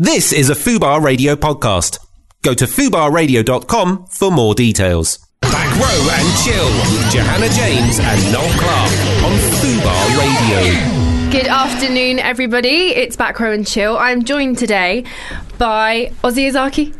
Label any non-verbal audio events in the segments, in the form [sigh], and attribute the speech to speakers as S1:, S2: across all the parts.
S1: This is a Fubar Radio podcast. Go to fubarradio.com for more details. Back row and chill with Johanna James and Noel Clark on Fubar Radio.
S2: Good afternoon, everybody. It's Back Row and Chill. I'm joined today by Ozzy
S3: [laughs]
S2: Azaki.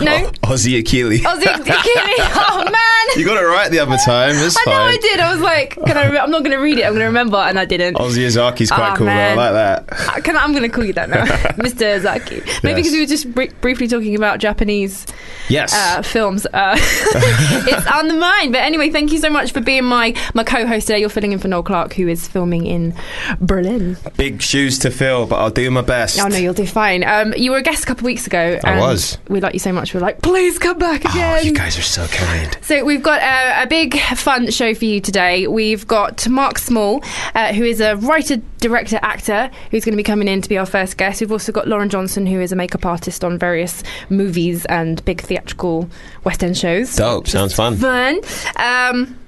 S2: No,
S3: Aussie Achille. [laughs]
S2: Ozzy [laughs] Akili. Oh man,
S3: You got it right the other time. It's
S2: I know
S3: fine.
S2: I did. I was like, can I? Re- I'm not going to read it. I'm going to remember, and I didn't.
S3: Aussie Azaki's quite
S2: Ah,
S3: cool
S2: man.
S3: though. I like that.
S2: Uh, Can I, I'm going to call you that
S3: [laughs]
S2: now, Mr. Azaki. Maybe because
S3: Yes.
S2: we were just bri- briefly talking about Japanese
S3: Yes.
S2: uh, films.
S3: [laughs]
S2: Uh, [laughs] it's on the mind. But anyway, thank you so much for being my my co-host today. You're filling in for Noel Clark, who is filming in Berlin.
S3: Big shoes to fill, but I'll do my best.
S2: Oh no, you'll do fine. Um, you were a guest a couple of weeks ago.
S3: I
S2: and
S3: was.
S2: We liked you so much. We were like, please come back
S3: Oh,
S2: again.
S3: you guys are so kind.
S2: so we've got a, a big fun show for you today. We've got Mark Small, uh, who is a writer, director, actor, who's going to be coming in to be our first guest. We've also got Lauren Johnson, who is a makeup artist on various movies and big theatrical West End shows.
S3: Dope. Sounds fun.
S2: Fun. Um,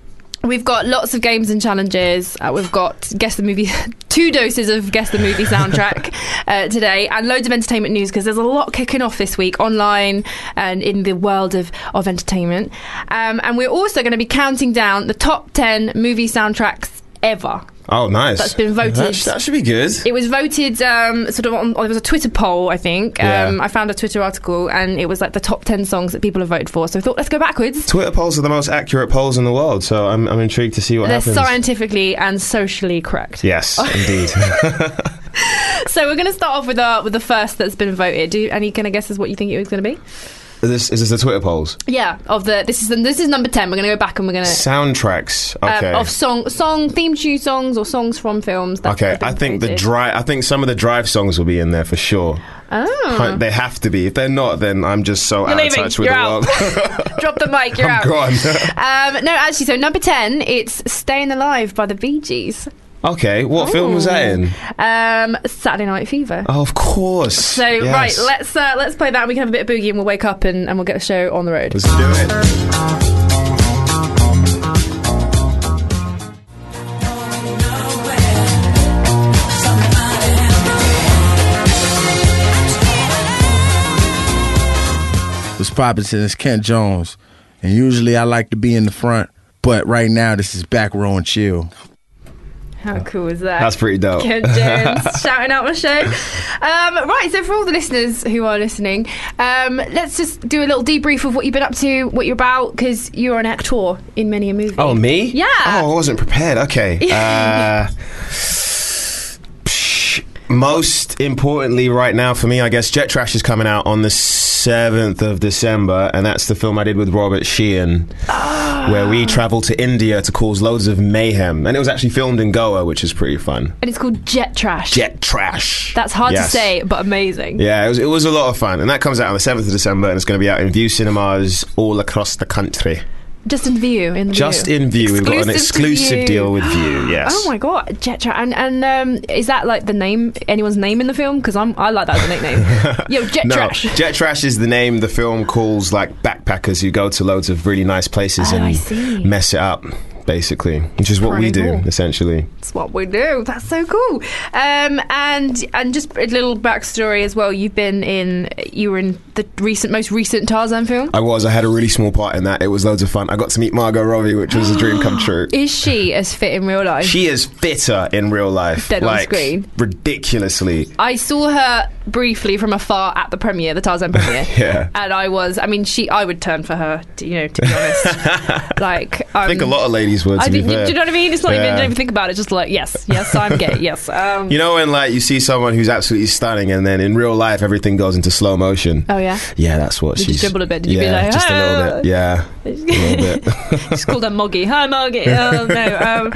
S2: we've got lots of games and challenges. Uh, we've got guess the movie, [laughs] two doses of guess the movie
S3: [laughs]
S2: soundtrack uh, today, and loads of entertainment news because there's a lot kicking off this week online and in the world of of entertainment. Um, and we're also going to be counting down the top ten movie soundtracks ever.
S3: Oh, nice.
S2: That's been voted.
S3: That, sh- that should be good.
S2: It was voted um, sort of on. There was a Twitter poll, I think.
S3: Yeah.
S2: Um, I found a Twitter article, and it was like the top ten songs that people have voted for. So I thought, let's go backwards.
S3: Twitter polls are the most accurate polls in the world, so I'm, I'm intrigued to see what
S2: They're
S3: happens.
S2: scientifically and socially correct. [laughs]
S3: Yes, indeed.
S2: So we're going to start off with our with the first that's been voted. Do you, any kind of guesses what you think it was going to be?
S3: this is this the Twitter polls.
S2: Yeah, of the this is the, this is number ten. We're going to go back and we're going to
S3: Soundtracks.
S2: um,
S3: Okay.
S2: of song song theme tune songs or songs from films. That's
S3: okay.
S2: been
S3: I think the
S2: voted.
S3: drive. I think some of the drive songs will be in there for sure.
S2: Oh.
S3: Hun- They have to be. If they're not, then I'm just so
S2: You're
S3: out
S2: leaving.
S3: of touch with
S2: You're
S3: the
S2: out. [laughs]
S3: world. [laughs]
S2: Drop the mic. You're out.
S3: Gone.
S2: Um, no, actually, so number ten, it's "Staying Alive" by the Bee Gees.
S3: [laughs] okay. What film was that in?
S2: Um, Saturday Night Fever.
S3: Oh, of course.
S2: So right, let's uh, let's play that. and We can have a bit of boogie, and we'll wake up and, and we'll get the show on the road.
S3: let's do it.
S4: What's poppin' since it's Kent Jones. And usually I like to be in the front, but right now this is back row and chill.
S2: How cool is that?
S3: That's pretty dope.
S2: Kent
S3: [laughs]
S2: Jones shouting out my show. Um, right, so for all the listeners who are listening, um, let's just do a little debrief of what you've been up to, what you're about, because you're an actor in many a movie.
S3: Oh, me?
S2: Yeah.
S3: Oh, I wasn't
S2: [laughs]
S3: prepared. Okay. Uh, psh, most importantly, right now for me, I guess Jet Trash is coming out on the 7th of December, and that's the film I did with Robert Sheehan,
S2: Ah.
S3: where we travel to India to cause loads of mayhem. And it was actually filmed in Goa, which is pretty fun.
S2: And it's called Jet Trash.
S3: Jet Trash.
S2: That's hard to
S3: Yes.
S2: say, but amazing.
S3: Yeah, it was, it was a lot of fun. And that comes out on the 7th of December, and it's going to be out in View Cinemas all across the country.
S2: Just in view. In the
S3: Just
S2: view.
S3: in View. We've got
S2: Exclusive
S3: an
S2: to View.
S3: exclusive deal with View, yes.
S2: [gasps] Oh my god, Jet Trash. And and um, is that like the name? Anyone's name in the film? Because I'm I like that as a
S3: [laughs]
S2: nickname. Yo, Jet
S3: No,
S2: Trash.
S3: Jet Trash is the name the film calls like backpackers who go to loads of really nice places
S2: Oh, I see.
S3: and mess it up, basically, which is what we do,
S2: Incredible.
S3: essentially.
S2: That's what we do. That's so cool. Um, and and just a little backstory as well. You've been in. You were in the recent, most recent Tarzan film.
S3: I was, I had a really small part in that. It was loads of fun. I got to meet Margot Robbie, which was a
S2: [gasps]
S3: dream come true.
S2: Is she as fit in real life?
S3: She is fitter in real life.
S2: Dead on
S3: like,
S2: screen.
S3: Ridiculously.
S2: I saw her briefly from afar at the premiere, the Tarzan premiere.
S3: [laughs] Yeah.
S2: And I was. I mean, she. I would turn for her. To, you know, to be honest.
S3: [laughs]
S2: like um,
S3: I think a lot of ladies would, to
S2: I
S3: be
S2: think, you,
S3: fair.
S2: do you know what I mean? It's not even.
S3: Yeah.
S2: Don't even think about it. Just like yes, yes, I'm gay. Yes.
S3: [laughs]
S2: Um,
S3: You know when like you see someone who's absolutely stunning, and then in real life everything goes into slow motion.
S2: Oh, yeah?
S3: yeah, that's what
S2: Did you
S3: she's.
S2: dribble a bit? Did you be
S3: yeah,
S2: like,
S3: just a
S2: "Ah!"
S3: little bit. Yeah, a little
S2: [laughs]
S3: bit.
S2: She's called her Moggy. Hi, Moggy. Oh no. Um,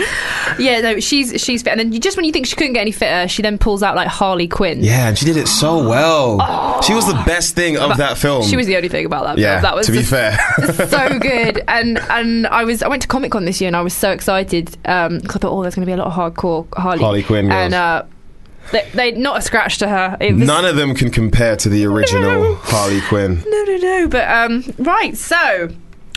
S2: yeah, no. She's she's fit, and then you, just when you think she couldn't get any fitter, she then pulls out like Harley Quinn.
S3: Yeah, and she did it so well. She was the best thing of that film.
S2: She was the only thing about that.
S3: yeah,
S2: film. that was
S3: to be
S2: just
S3: fair.
S2: [laughs] so good. And and I was I went to Comic Con this year, and I was so excited because I thought, oh, there's going to be a lot of hardcore Harley,
S3: Harley Quinn girls.
S2: and uh, they, they not a scratch to her. It was-
S3: None of them can compare to the original Harley Quinn.
S2: [laughs] No, no, no. But um, right, so.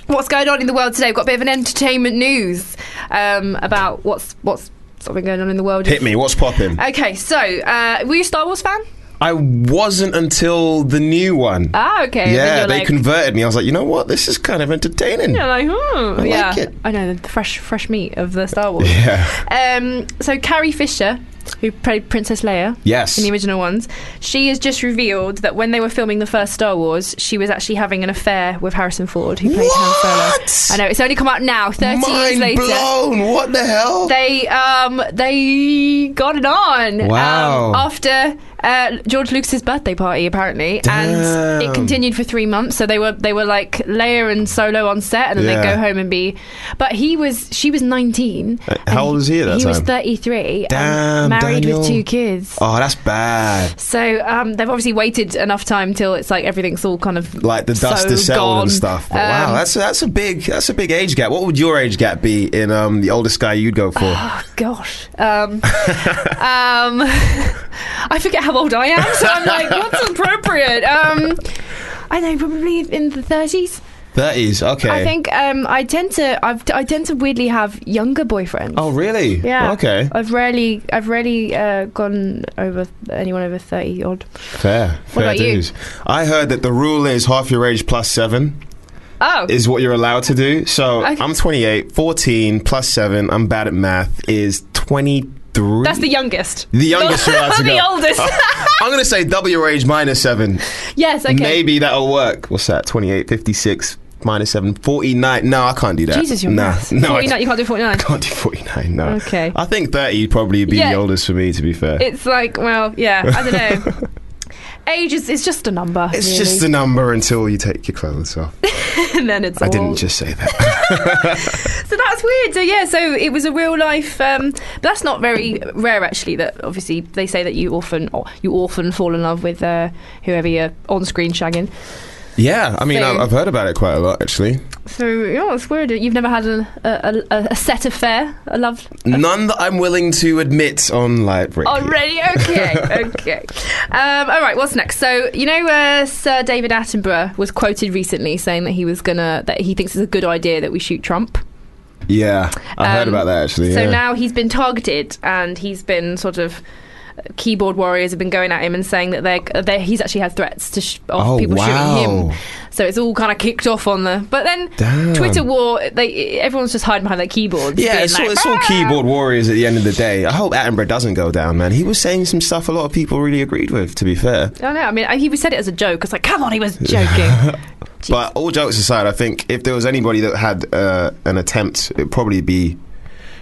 S2: What's going on in the world today? We've got a bit of an entertainment news um, about what's what's something going on in the world.
S3: Hit me, what's popping?
S2: Okay, so uh, were you a Star Wars fan?
S3: I wasn't until the new one.
S2: Ah, okay. Then
S3: Yeah,
S2: you're
S3: they
S2: like,
S3: converted me. I was like, you know what? This is kind of entertaining.
S2: you're like, hmm,
S3: like
S2: yeah.
S3: it.
S2: I know the fresh, fresh meat of the Star Wars.
S3: Yeah.
S2: Um, so Carrie Fisher, who played Princess Leia
S3: Yes.
S2: in the original ones, she has just revealed that when they were filming the first Star Wars, she was actually having an affair with Harrison Ford, who played Han
S3: What?
S2: Solo. I know it's only come out now, thirty years
S3: Mind
S2: later.
S3: blown. What the hell?
S2: They um they got it on
S3: Wow.
S2: um, after uh, George Lucas's birthday party apparently, and it
S3: Damn.
S2: continued for three months. So they were they were like Leia and Solo on set, and then they'd
S3: Yeah.
S2: go home and be. But he was she was nineteen.
S3: Uh,
S2: and
S3: how old was he at that
S2: He was
S3: time?
S2: thirty three.
S3: Damn,
S2: married
S3: Daniel.
S2: with two kids.
S3: oh, that's bad.
S2: So um, they've obviously waited enough time till it's like everything's all kind of
S3: Like the dust
S2: so
S3: is settled
S2: gone.
S3: and stuff. But
S2: Um,
S3: wow, that's that's a big that's a big age gap. What would your age gap be in um, the oldest guy you'd go for?
S2: [sighs] Oh gosh. Um, [laughs] um, I forget how old I am, so I'm like, what's appropriate? Um, I know, probably in the thirties.
S3: Thirties. Okay.
S2: I think um, I tend to, I've, I tend to weirdly have younger boyfriends.
S3: Oh, really?
S2: Yeah.
S3: Okay.
S2: I've rarely, I've rarely uh, gone over anyone over thirty odd.
S3: Fair.
S2: What
S3: Fair
S2: about you?
S3: dues. I heard that the rule is half your age plus seven.
S2: Oh,
S3: is what you're allowed to do. So
S2: Okay.
S3: I'm 28, 14 plus 7, I'm bad at math, is 23.
S2: that's the youngest.
S3: The youngest you're allowed to
S2: [laughs] the
S3: go.
S2: oldest.
S3: [laughs] I'm going to say double your age minus 7.
S2: yes. Okay.
S3: Maybe that'll work. What's that? 28, 56 minus 7, 49. No, I can't do that.
S2: Jesus, you're
S3: nah.
S2: maths.
S3: No, I
S2: 49, you can't do forty nine.
S3: [laughs] can't do 49, no.
S2: Okay.
S3: I think 30 would probably be
S2: Yeah.
S3: the oldest for me, to be fair.
S2: It's like, well, yeah, I don't
S3: [laughs]
S2: know. Age is it's just a number.
S3: it's
S2: really.
S3: just a number until you take your clothes off.
S2: [laughs] and then it's [laughs]
S3: I
S2: all-
S3: didn't just say that.
S2: So that's weird. So yeah, so it was a real life. Um, that's not very rare, actually. That obviously they say that you often or you often fall in love with uh, whoever you're on screen shagging.
S3: yeah, I mean,
S2: So-
S3: I've I've heard about it quite a lot, actually.
S2: So yeah, it's weird. You've never had a a, a, a set affair, a love.
S3: None that I'm willing to admit on live radio.
S2: Already,
S3: [laughs]
S2: okay, okay. Um, all right, what's next? So you know, uh, Sir David Attenborough was quoted recently saying that he was gonna that he thinks it's a good idea that we shoot Trump.
S3: Yeah, I heard
S2: Um,
S3: about that actually.
S2: So
S3: yeah.
S2: now he's been targeted, and he's been sort of uh, keyboard warriors have been going at him and saying that they're, they he's actually had threats to sh- of
S3: Oh,
S2: people shooting
S3: wow.
S2: him. So it's all kind of kicked off on the. But then
S3: Damn.
S2: Twitter war, they everyone's just hiding behind their keyboards.
S3: yeah,
S2: being
S3: it's, all,
S2: like,
S3: it's all
S2: "Ah!"
S3: keyboard warriors at the end of the day. I hope Attenborough doesn't go down, man. He was saying some stuff a lot of people really agreed with, to be fair.
S2: I don't know. I mean, he said it as a joke. It's like, come on, he
S3: [laughs]
S2: was joking. Jeez.
S3: But all jokes aside, I think if there was anybody that had uh, an attempt, it'd probably be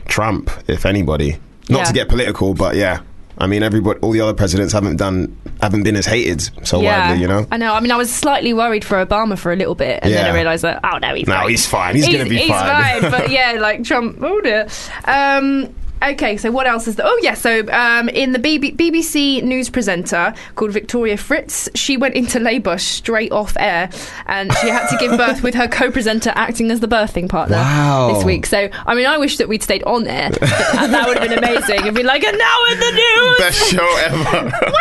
S3: Trump, if anybody. Not
S2: Yeah.
S3: to get political, but yeah. I mean, everybody, all the other presidents haven't done, haven't been as hated so widely,
S2: [laughs]
S3: you know.
S2: I know. I mean, I was slightly worried for Obama for a little bit, and then
S3: Yeah.
S2: I realised that oh no, he's
S3: No,
S2: fine.
S3: he's fine. He's gonna be
S2: he's
S3: fine.
S2: but
S3: [laughs]
S2: yeah, like Trump. Oh dear. Um, okay, so what else is there? Oh yeah, so um, in the BB- BBC news presenter called Victoria Fritz, she went into labour straight off air, and she had to give birth with her co-presenter acting as the birthing partner
S3: Wow.
S2: this week. So I mean, I wish that we'd stayed on air, but- and that would have been amazing. And be like, and now in the news.
S3: [laughs] Best show
S2: Um,
S3: ever.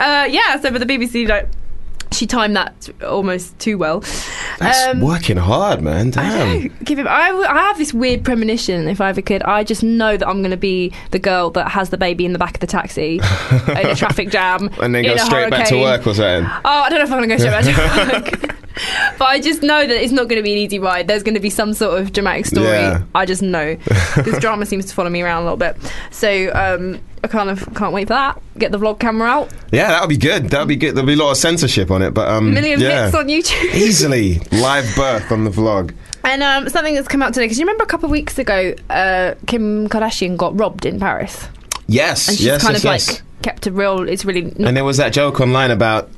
S2: uh, yeah, so but the BBC like she timed that almost too well.
S3: That's working hard, man.
S2: I
S3: Damn.
S2: don't [laughs] give him. I, w- I have this weird premonition. If I ever could, I just know that I'm going to be the girl that has the baby in the back of the
S3: [laughs]
S2: taxi in a traffic jam,
S3: And then
S2: in
S3: go
S2: a
S3: straight back to
S2: hurricane.
S3: work or something.
S2: Oh, I don't know if I'm going to go straight
S3: [laughs]
S2: back to work. [laughs] But I just know that it's not going to be an easy ride. There's going to be some sort of dramatic story.
S3: Yeah.
S2: I just
S3: [laughs]
S2: know because drama seems to follow me around a little bit. So um, I kind of can't wait for that. Get the vlog camera out.
S3: Yeah, that would be good. That would be good. There'll be a lot of censorship on it, but um,
S2: Million
S3: yeah.
S2: hits on YouTube.
S3: easily live birth on the vlog.
S2: And um, something that's come out today because you remember a couple of weeks ago, uh, Kim Kardashian got robbed in Paris,
S3: Yes,
S2: and she's
S3: yes,
S2: kind
S3: yes,
S2: of
S3: yes.
S2: like kept a real. It's really not,
S3: and there was that joke online about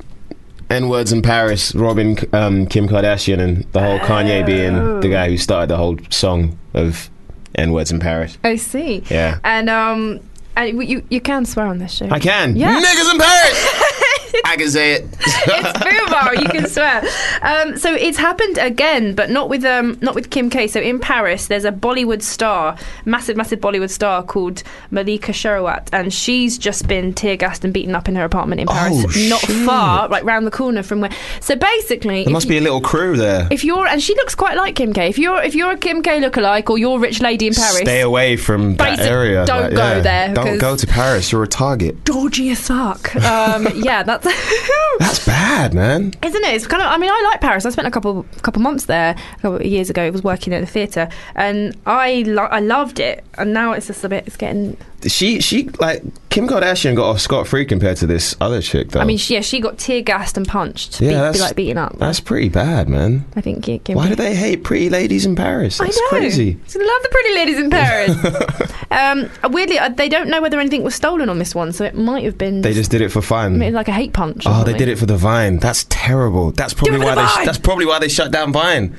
S3: n words in Paris, Robin, um, Kim Kardashian, and the whole Kanye being the guy who started the whole song of n words in Paris.
S2: I see.
S3: Yeah.
S2: And um, and you you can swear on this show.
S3: I can.
S2: Yeah.
S3: Niggas in Paris!
S2: [laughs]
S3: I can say it. [laughs]
S2: it's Fubar, you can swear. Um, so it's happened again, but not with um, not with Kim K. So in Paris, there's a Bollywood star, massive, massive Bollywood star called Malika Sherawat, and she's just been tear gassed and beaten up in her apartment in Paris,
S3: Oh,
S2: not
S3: shit.
S2: far, like round the corner from where. So basically,
S3: There
S2: if
S3: must
S2: you-
S3: be a little crew there.
S2: if you're and she looks quite like Kim K. If you're if you're a Kim K lookalike or you're a rich lady in Paris,
S3: Stay away from that
S2: Basic-
S3: area.
S2: don't go there,
S3: Don't
S2: 'cause-
S3: go to Paris. You're a target.
S2: dodgy as fuck.
S3: [laughs]
S2: Um, yeah, that's [laughs]
S3: That's bad, man.
S2: isn't it? It's kind of. I mean, I like Paris. I spent a couple couple months there a couple of years ago. I was working at the theatre, and I lo- I loved it. And now it's just a bit. It's getting.
S3: She she like Kim Kardashian got off scot free compared to this other chick though.
S2: I mean, she, yeah, she got tear gassed and punched.
S3: Yeah,
S2: beat,
S3: that's-
S2: be like beaten up.
S3: that's pretty bad, man.
S2: I think. It can
S3: Why
S2: be-
S3: do they hate pretty ladies in Paris? That's
S2: I know.
S3: crazy.
S2: So love the pretty ladies in
S3: [laughs]
S2: Paris. um, weirdly, uh, they don't know whether anything was stolen on this one, so it might have been
S3: They just did it for fun.
S2: maybe like a hate punch. or
S3: Oh, they
S2: something.
S3: did it for the Vine. That's terrible. That's probably
S2: it for
S3: why
S2: the
S3: they.
S2: Vine!
S3: that's probably why they shut down Vine.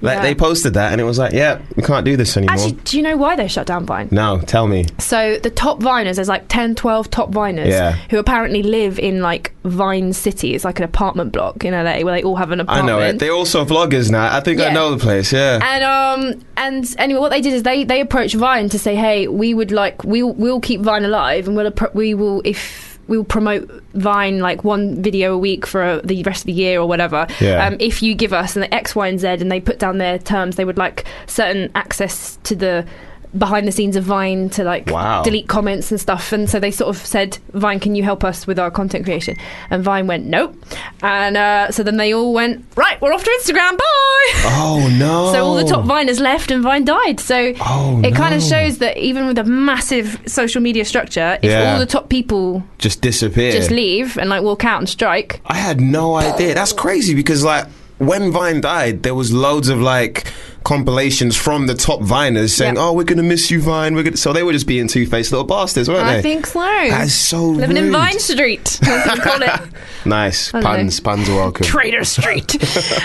S3: Like
S2: Yeah.
S3: they posted that, and it was like, yeah, we can't do this anymore.
S2: Actually, do you know why they shut down Vine?
S3: no, tell me.
S2: So the top viners, there's like 10, 12 top viners
S3: Yeah.
S2: who apparently live in like Vine City. It's like an apartment block in LA where they all have an
S3: I
S2: apartment.
S3: know it. They're also vloggers now. I think I
S2: Yeah.
S3: know the place. Yeah.
S2: and um and anyway, what they did is they they approached Vine to say, hey, we would like we we'll keep Vine alive and we'll appro- we will if we will promote Vine like one video a week for uh, the rest of the year or whatever.
S3: Yeah.
S2: Um, if you give us an X, Y, and Z, and they put down their terms, they would like certain access to the behind the scenes of Vine to like
S3: Wow.
S2: delete comments and stuff. And so they sort of said, Vine, can you help us with our content creation? And Vine went, nope. And uh, so then they all went, right, we're off to Instagram. Bye.
S3: [laughs] oh no.
S2: So all the top viners left and Vine died. So
S3: Oh,
S2: it kind
S3: no.
S2: of shows that even with a massive social media structure, if
S3: Yeah.
S2: all the top people
S3: just disappear.
S2: just leave and like walk out and strike,
S3: I had no idea. That's crazy because like when Vine died, there was loads of like compilations from the top Viners saying,
S2: Yeah.
S3: "Oh, we're gonna miss you, Vine." We're gonna... so they were just being two faced little bastards, weren't they?
S2: Oh, I think so.
S3: That is so
S2: Living in
S3: rude.
S2: Vine Street, as we call it.
S3: [laughs] Nice
S2: don't know.
S3: puns. Puns are welcome.
S2: Trader
S3: [laughs]
S2: Street.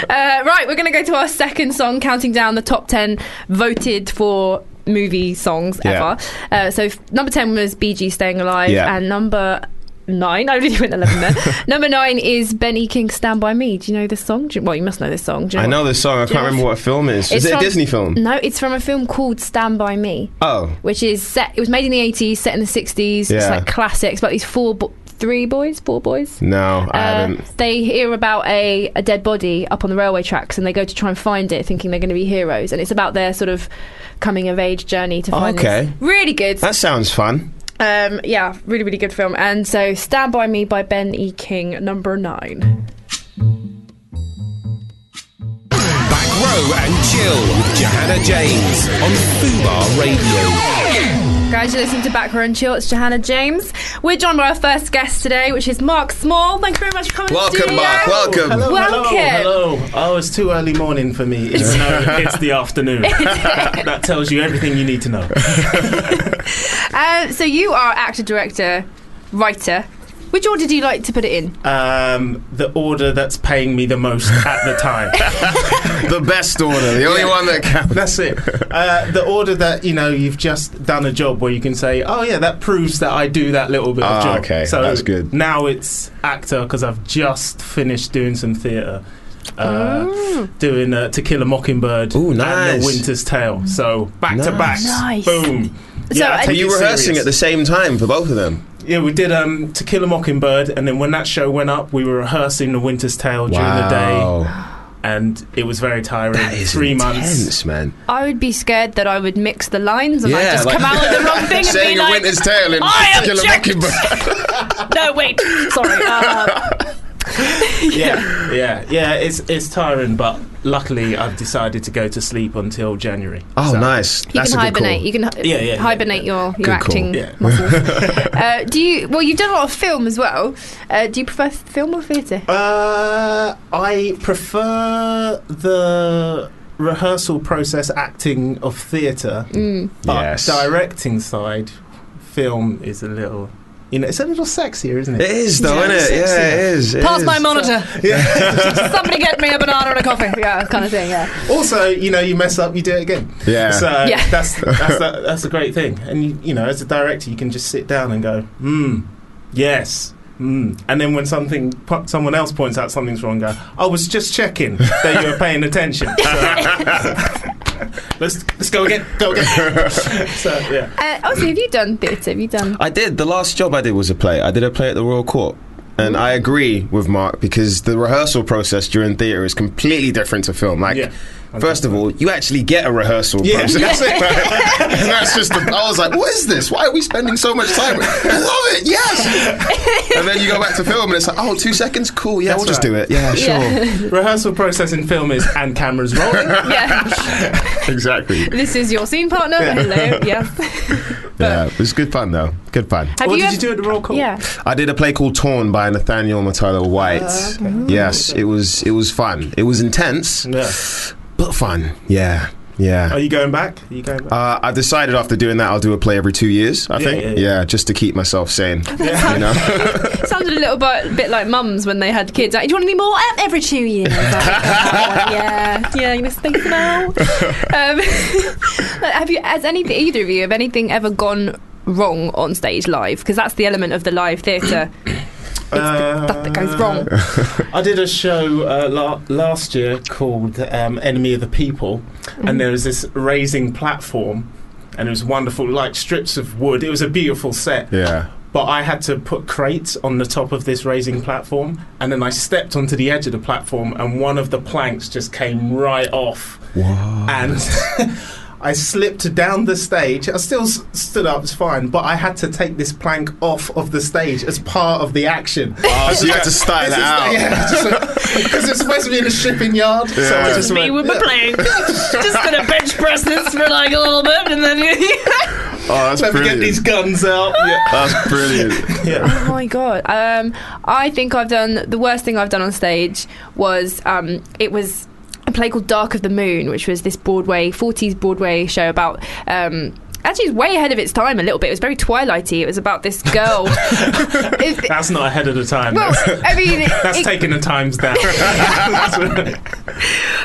S2: uh, right, we're going to go to our second song, counting down the top 10 voted for movie songs
S3: Yeah.
S2: ever. Uh, so f- number 10 was BG Staying Alive,
S3: Yeah.
S2: and number. Nine. [laughs] I really went eleven
S3: [laughs]
S2: there. number nine is Benny King "Stand by Me." Do you know this song? Do you- well, you must know this song. Do you
S3: I know this song. I
S2: Do you
S3: can't
S2: know
S3: remember what film it is.
S2: It's
S3: Is it a
S2: from- Mm.
S3: Disney film?
S2: No, it's from a film called Stand By Me,
S3: Oh,
S2: which is set. It was made in the eighties, set in the sixties. It's
S3: Yeah.
S2: like classics. But these four, bo- three boys, four boys.
S3: no, I
S2: Uh,
S3: haven't.
S2: they hear about a, a dead body up on the railway tracks and they go to try and find it thinking they're going to be heroes and it's about their sort of coming of age journey to find
S3: Okay.
S2: this. really good
S3: That sounds fun.
S2: um, yeah really really good film and so Stand By Me by Ben E. King number 9
S1: Back row and chill with Johanna James on Fubar Radio.
S2: guys you listen to Back Row and Chill it's Johanna James we're joined by our first guest today which is Mark Small thank you very much for coming to the
S3: Welcome,
S2: studio.
S3: Mark. Welcome.
S5: Hello,
S2: Welcome.
S5: hello, hello. Oh, it's too early morning for me. It's, no, it's the [laughs] afternoon. that, that tells you everything you need to know.
S2: uh, so you are actor director writer which order do you like to put it in
S5: Um, the order that's paying me the most at the time.
S3: The best order. The only one that counts.
S5: That's it. Uh, the order that you know you've just done a job where you can say, "Oh yeah, that proves that I do that little bit
S3: Ah,
S5: of job."
S3: okay. That's good.
S5: Now it's actor because I've just finished doing some theatre, uh, doing uh, To Kill a Mockingbird
S3: Ooh,
S5: and
S3: nice.
S5: The Winter's Tale. So back to back,
S3: Nice.
S2: Nice.
S5: boom.
S2: So
S5: Yeah, I
S2: I-
S3: Are
S5: take
S3: you
S5: it
S3: rehearsing
S5: serious.
S3: at the same time for both of them?
S5: Yeah, we did um, To Kill a Mockingbird, and then when that show went up, we were rehearsing The Winter's Tale during the day, and it was very tiring.
S3: That is
S5: Three
S3: intense,
S5: months.
S3: man.
S2: I would be scared that I would mix the lines and I'd just come out with the
S3: [laughs]
S2: wrong thing and be
S3: saying
S2: like,
S3: a winter's tale in
S2: "I
S3: To Kill a
S2: object!"
S3: Mockingbird.
S2: no, wait, sorry. Uh,
S3: [laughs]
S5: yeah, yeah, yeah. It's it's tiring, but luckily I've decided to go to sleep until January.
S3: Oh,
S5: So-
S3: nice.
S2: you
S3: That's
S2: can
S3: a good
S2: hibernate.
S3: call.
S2: You can hi-
S5: Yeah, yeah, yeah,
S2: hibernate your, your
S3: Good call.
S2: acting
S5: Yeah.
S2: muscles. uh, do you? Well, you've done a lot of film as well. Uh, do you prefer film or theatre?
S5: Uh, I prefer the rehearsal process acting of theatre, but
S3: Yes.
S5: directing side film is a little, you know, it's a little sexier, isn't it?
S3: It is though,
S5: Yeah,
S3: isn't it?
S5: it's
S3: Yeah, it
S5: sexy.
S3: is. it
S2: Pass
S3: is.
S2: my monitor.
S5: [laughs]
S2: Somebody get me a banana and a coffee. Yeah, kind of thing. Yeah.
S5: Also, you know, you mess up, you do it again.
S3: Yeah.
S5: So
S2: Yeah.
S5: that's that's a, that's a great thing. And you, you know, as a director, you can just sit down and go, hmm, yes, Mm. And then when something po- someone else points out something's wrong, go, I was just checking that you were paying
S2: [laughs]
S5: attention. [laughs] So- let's let's go again.
S2: [laughs]
S5: Go again. so yeah.
S2: Uh, also, have you done theatre? Have you done?
S3: I did. The last job I did was a play. I did a play at the Royal Court. And I agree with Mark because the rehearsal process during theatre is completely different to film. Like,
S5: Yeah.
S3: first of all, you actually get a rehearsal
S5: Yeah.
S3: process. That's it. [laughs] and that's just, the, I was like, what is this? Why are we spending so much time? I love it, yes! and then you go back to film and it's like, oh, two seconds? Cool, yeah,
S5: That's
S3: we'll just
S5: right.
S3: do it. Yeah, sure.
S2: Yeah. [laughs]
S5: Rehearsal process in film is and cameras rolling.
S2: yeah.
S3: Exactly.
S2: This is your scene partner. Hello.
S5: [laughs]
S2: Yes.
S3: Yeah, it was good fun, though. Good fun.
S2: Have
S5: what did
S2: ever-
S5: you do at the roll call?
S2: Yeah.
S3: I did a play called Torn by Nathaniel Matilda White. Yes, it was it was fun. It was intense,
S5: Mm-hmm. Yeah.
S3: but fun. Yeah,
S5: Are
S3: yeah.
S5: you going back? Are you going back?
S3: Uh, I decided after doing that, I'll do a play every two years. I
S5: Yeah,
S3: think,
S5: yeah,
S3: yeah,
S5: yeah.
S3: just to keep myself sane.
S2: [laughs]
S5: Yeah. [laughs]
S3: You know,
S2: Sounded a little bit, bit like mums when they had kids. Like, do you want any more? Um, every two years. Like, yeah. Yeah. You know, think now. Um, [laughs] have you? Has any either of you have anything ever gone wrong on stage live? Because that's the element of the live theatre. It's the stuff that goes wrong.
S5: I did a show uh, la- last year called um, Enemy of the People, and there was this raising platform, and it was wonderful, like strips of wood. It was a beautiful set,
S3: yeah.
S5: but I had to put crates on the top of this raising platform, and then I stepped onto the edge of the platform, and one of the planks just came right off, and. [laughs] I slipped down the stage. I still s- stood up, it's fine, but I had to take this plank off of the stage as part of the action.
S3: Oh, so you had to style
S5: This
S3: it
S5: is-
S3: out. [laughs]
S5: yeah, just like- because it's supposed to be in a shipping yard. So I
S3: Oh. Yeah.
S5: just
S6: me
S5: went,
S6: with my playing. Just gonna bench press this for like a little bit,
S2: [laughs]
S6: and then
S3: Oh, that's
S5: let me get
S3: brilliant.
S5: these guns out. Yeah.
S3: That's
S5: [laughs]
S3: brilliant.
S5: yeah.
S2: Oh my god. Um, I think I've done the worst thing I've done on stage was um, it was a play called Dark of the Moon, which was this Broadway '40s Broadway show about. Um, Actually, it was way ahead of its time a little bit. It was very twilighty. It was about this
S5: [laughs]
S2: girl. It-
S5: That's not ahead of the time.
S2: well,
S5: That's,
S2: I mean, it-
S5: that's
S2: it-
S5: taking the times [laughs] down. That's what-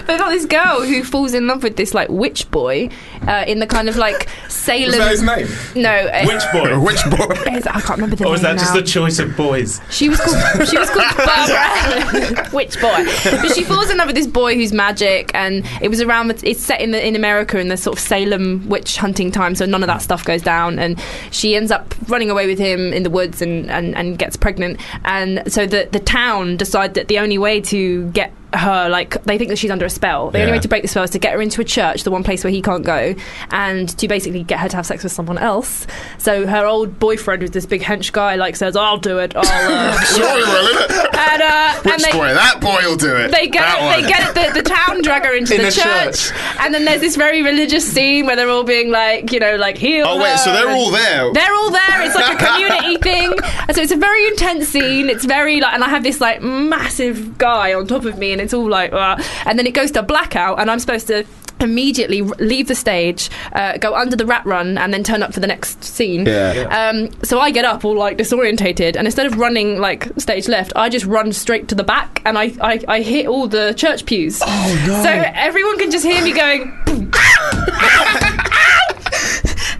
S2: but about this girl who falls in love with this like witch boy uh, in the kind of like
S5: was that his
S2: Salem.
S5: name?
S2: No, uh,
S5: Which
S3: [laughs]
S5: boy?
S3: Which boy?
S2: is- [laughs] I can't remember the
S5: Or
S2: name
S5: was that
S2: now.
S5: just a choice of boys?
S2: She was called she was called Barbara [laughs] Witch Boy. But she falls in love with this boy who's magic and it was around the, it's set in the in America in the sort of Salem witch hunting time, so none of that stuff goes down and she ends up running away with him in the woods and, and, and gets pregnant and so the the town decide that the only way to get her like they think that she's under a spell. The only
S3: Yeah.
S2: way to break the spell is to get her into a church, the one place where he can't go, and to basically get her to have sex with someone else. So her old boyfriend, who's this big hench guy, like says, "I'll do it." I'll,
S3: [laughs]
S2: uh,
S3: Sure, you will, innit?
S2: and, uh, and
S3: Which
S2: they,
S3: boy? That boy will do it.
S2: they
S3: That
S2: get
S3: one.
S2: they get the, the town dragger
S3: [laughs]
S2: into
S5: In
S2: the,
S5: the
S2: church.
S5: church.
S2: and then there's this very religious scene where they're all being like, you know, like heal.
S3: Oh wait, so
S2: her
S3: they're
S2: and-
S3: all there.
S2: they're all there. It's like a community thing, and so it's a very intense scene. It's very like, and I have this like massive guy on top of me, and it's all like, uh, and then it goes to blackout, and I'm supposed to immediately r- leave the stage, uh, go under the rat run, and then turn up for the next scene.
S3: Yeah.
S2: Um, so I get up all like disorientated, and instead of running like stage left, I just run straight to the back, and I I, I hit all the church pews. Oh no! So everyone can just hear me going. "Boom, ow, ow, ow."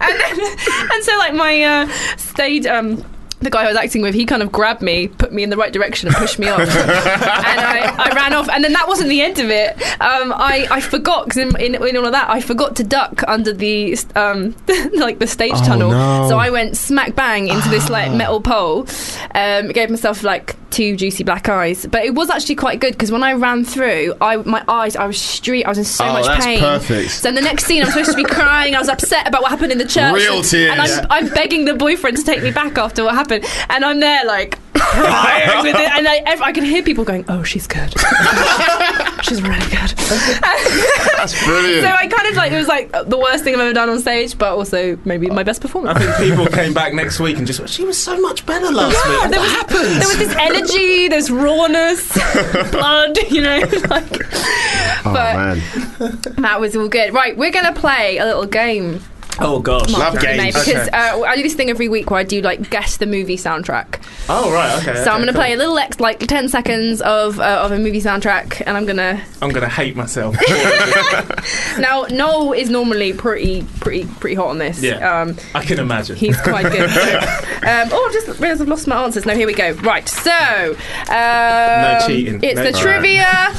S2: and then, [laughs] and so like my uh, stage um. The guy I was acting with, he kind of grabbed me, put me in the right direction, and pushed me
S3: [laughs]
S2: off. and I, I ran off. And then that wasn't the end of it. Um, I, I forgot because in, in, in all of that, I forgot to duck under the um, [laughs] like the stage tunnel.
S3: Oh, no. Ah.
S2: So I went smack bang into this like metal pole. Um, gave myself like two juicy black eyes, but it was actually quite good because when I ran through, I my eyes, I was street, I was in so
S3: Oh,
S2: much
S3: that's
S2: pain.
S3: perfect.
S2: So in the next scene, I'm supposed to be crying. I was upset about what happened in the church.
S3: Real tears.
S2: And I'm, I'm begging the boyfriend to take me back after what happened, and I'm there
S3: [laughs]
S2: like crying with it, and I, ev- I can hear people going, "Oh, she's good.
S3: [laughs]
S2: she's really good."
S3: That's brilliant.
S5: [laughs]
S2: So I kind of like it was like the worst thing I've ever done on stage, but also maybe my best performance.
S5: I think people came back next week and just went, she was so much better last week.
S2: there was, There was this energy, this rawness,
S3: [laughs]
S2: blood, you know. Like,
S3: oh
S2: but
S3: man.
S2: that was all good. Right, we're going to play a little game
S5: Oh gosh.
S2: Mark
S3: Love
S2: May,
S3: games.
S2: Because
S5: Okay.
S2: uh, I do this thing every week where I do like guess the movie soundtrack.
S5: Oh right. Okay.
S2: so I'm going to play a little ex, like 10 seconds of uh, of a movie soundtrack, and I'm going to.
S5: I'm gonna hate
S2: [laughs]
S5: myself.
S2: Now, Noel is normally pretty, pretty, pretty hot on this.
S5: Yeah.
S2: Um,
S5: I can imagine.
S2: He's quite
S5: [laughs]
S2: good. um, oh, just realised I've lost my answers. No, here we go. Right, so um, no
S5: cheating.
S2: It's
S5: No
S2: the
S5: cheating.
S2: trivia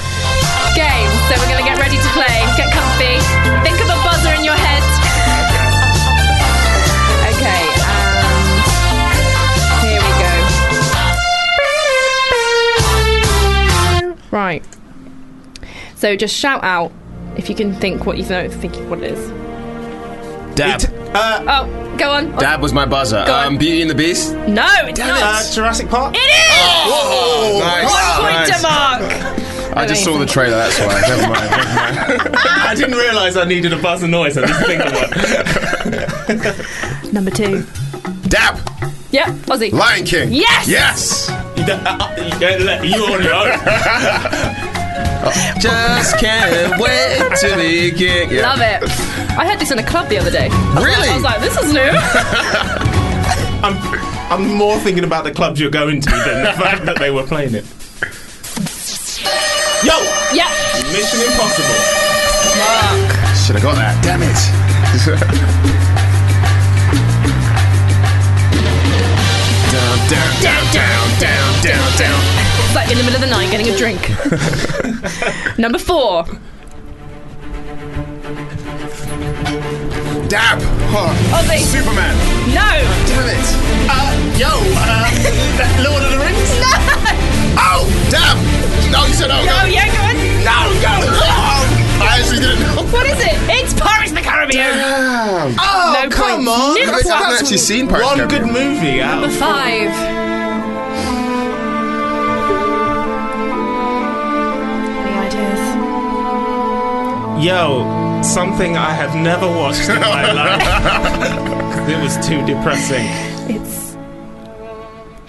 S2: game. So we're gonna get ready to play. Get comfy. Think of a buzzer in your head. Okay. And here we go. Right. So just shout out if you can think what you don't think what it is.
S3: Dab.
S2: Oh, go on.
S3: Dab was my buzzer.
S2: on.
S3: Um, Beauty and the Beast.
S2: No, it's not.
S5: Uh, Jurassic Park.
S2: It is.
S3: Oh, nice.
S2: One point
S3: Nice.
S2: to Mark.
S3: I just saw the trailer. That's why. Never mind. Never [laughs] mind.
S5: I didn't realise I needed a buzzer noise.
S2: [laughs]
S5: I didn't think of one.
S2: Number two.
S3: Dab.
S2: Yep, Aussie.
S3: Lion King.
S2: Yes!
S3: Yes.
S5: You don't- uh, uh, you don't let- you on your own.
S3: Just can't wait to be king. Yeah.
S2: Love it. I heard this in a club the other day.
S3: Really?
S2: I was like, this is new.
S5: I'm, I'm more thinking about the clubs you're going to than the [laughs] fact that they were playing it. Yo,
S2: yep.
S5: Mission Impossible.
S2: Mark.
S3: Should have got that. Damn it. down, down, down, down, down, down, down.
S2: It's like in the middle of the night getting a
S3: [laughs]
S2: drink. Number four.
S3: Dab. Huh.
S2: Aussie.
S3: Superman.
S2: Oh, No.
S3: Damn it. Uh, yo. Uh, [laughs] Lord of the Rings. Oh, damn. No, you said oh.
S2: Oh, yeah, go on.
S3: No, go. Oh, I actually didn't know.
S2: What is it? It's Pirates of the Caribbean.
S3: Oh,
S2: No come points. on. Nip
S3: I haven't
S2: points.
S3: actually seen Pirates
S5: One
S3: of the
S5: good
S3: Caribbean.
S5: movie out.
S2: Number
S5: of-
S2: five.
S5: Yo, something I have never watched
S3: [laughs]
S5: in my life. it was too depressing.
S2: It's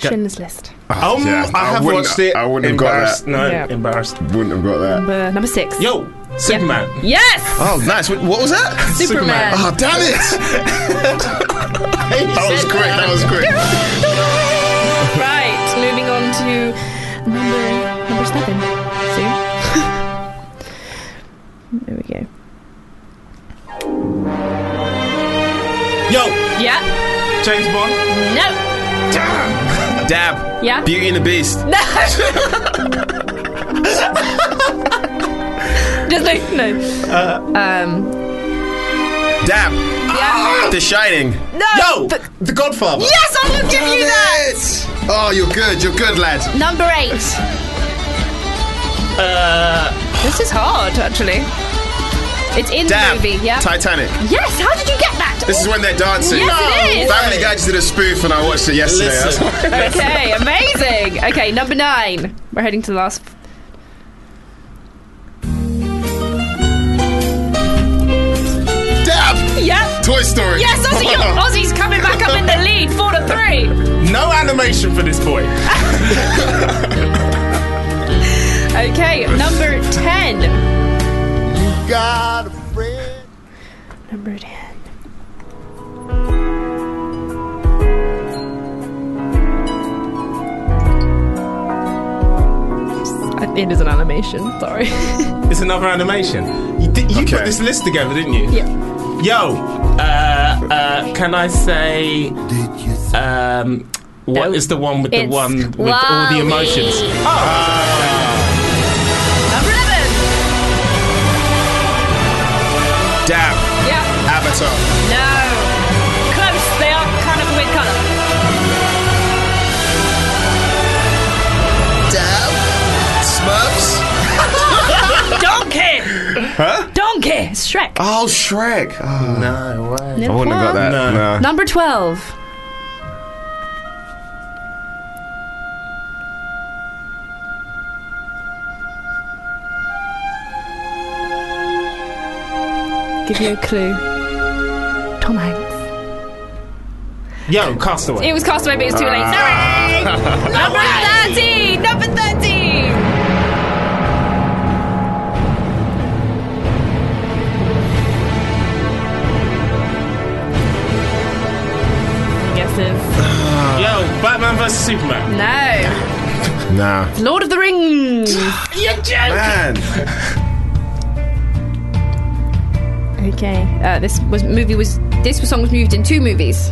S2: Schindler's List.
S5: Um,
S3: Ah, yeah,
S5: I
S3: I
S5: have
S3: wouldn't-
S5: watched it.
S3: I wouldn't have got
S5: embarrassed.
S3: that.
S5: No,
S2: Yeah.
S5: embarrassed.
S3: Wouldn't have got that.
S2: Number, Uh, number six.
S5: Yo, Superman.
S2: Yes.
S3: Oh, nice. What what was that?
S2: [laughs] Superman.
S3: Oh, damn
S2: [laughs]
S3: it! that was quick. That was quick.
S2: Right, moving on to number number seven. See? [laughs] there we go.
S5: Yo,
S2: Yeah.
S5: James Bond.
S2: No.
S3: Dab.
S2: Yeah.
S3: Beauty and the Beast.
S2: No. Just like no. um.
S3: Dab.
S2: Yeah.
S3: The Shining.
S2: No.
S5: Yo,
S2: but-
S5: The Godfather.
S2: yes, I will give you that.
S3: It. Oh, you're good. You're good, lad.
S2: Number eight. Uh. This is hard, actually. It's in
S3: Dab.
S2: the movie. Yeah.
S3: Titanic.
S2: yes. How did you get that?
S3: This is when they're dancing.
S2: Yes, it is.
S3: Family Guy just did a spoof, and I watched it yesterday.
S5: Listen.
S3: That's
S2: [laughs]
S3: why- [laughs]
S2: Okay, amazing. Okay, number nine. We're heading to the last.
S3: Dab.
S2: Yep.
S3: Toy Story.
S2: Yes, Aussie,
S5: [laughs]
S2: you
S3: [laughs]
S2: Aussie's coming back up in the lead, four to three.
S5: No animation for this boy.
S2: Okay, number ten.
S3: Got a friend.
S2: Number ten. It is an animation. Sorry. [laughs]
S5: It's another animation. You, di- you
S3: Okay.
S5: put this list together, didn't you?
S2: yeah.
S5: Yo, uh, uh, can I say? Um, what
S2: Oh,
S5: is the one with the
S2: it's
S5: one with all
S2: Wall-E.
S5: the emotions?
S2: Number eleven.
S3: Dab.
S2: Yeah.
S3: Avatar.
S2: No. Close. They are kind of a weird color.
S3: Dab. Smurfs.
S6: Donkey!
S2: Donkey. It's Shrek.
S3: Oh, Shrek. Oh,
S5: No way.
S3: I wouldn't have got that.
S5: No.
S3: Nah.
S2: Number twelve. Give you a clue. Tom Hanks.
S5: Yo, Castaway.
S2: It was Castaway, but it was too late. Sorry. number thirteen. Number thirteen.
S5: versus Superman.
S2: No.
S3: Nah.
S2: Lord of the Rings.
S3: Man.
S2: Okay. Uh, this was movie was this song was moved in two movies.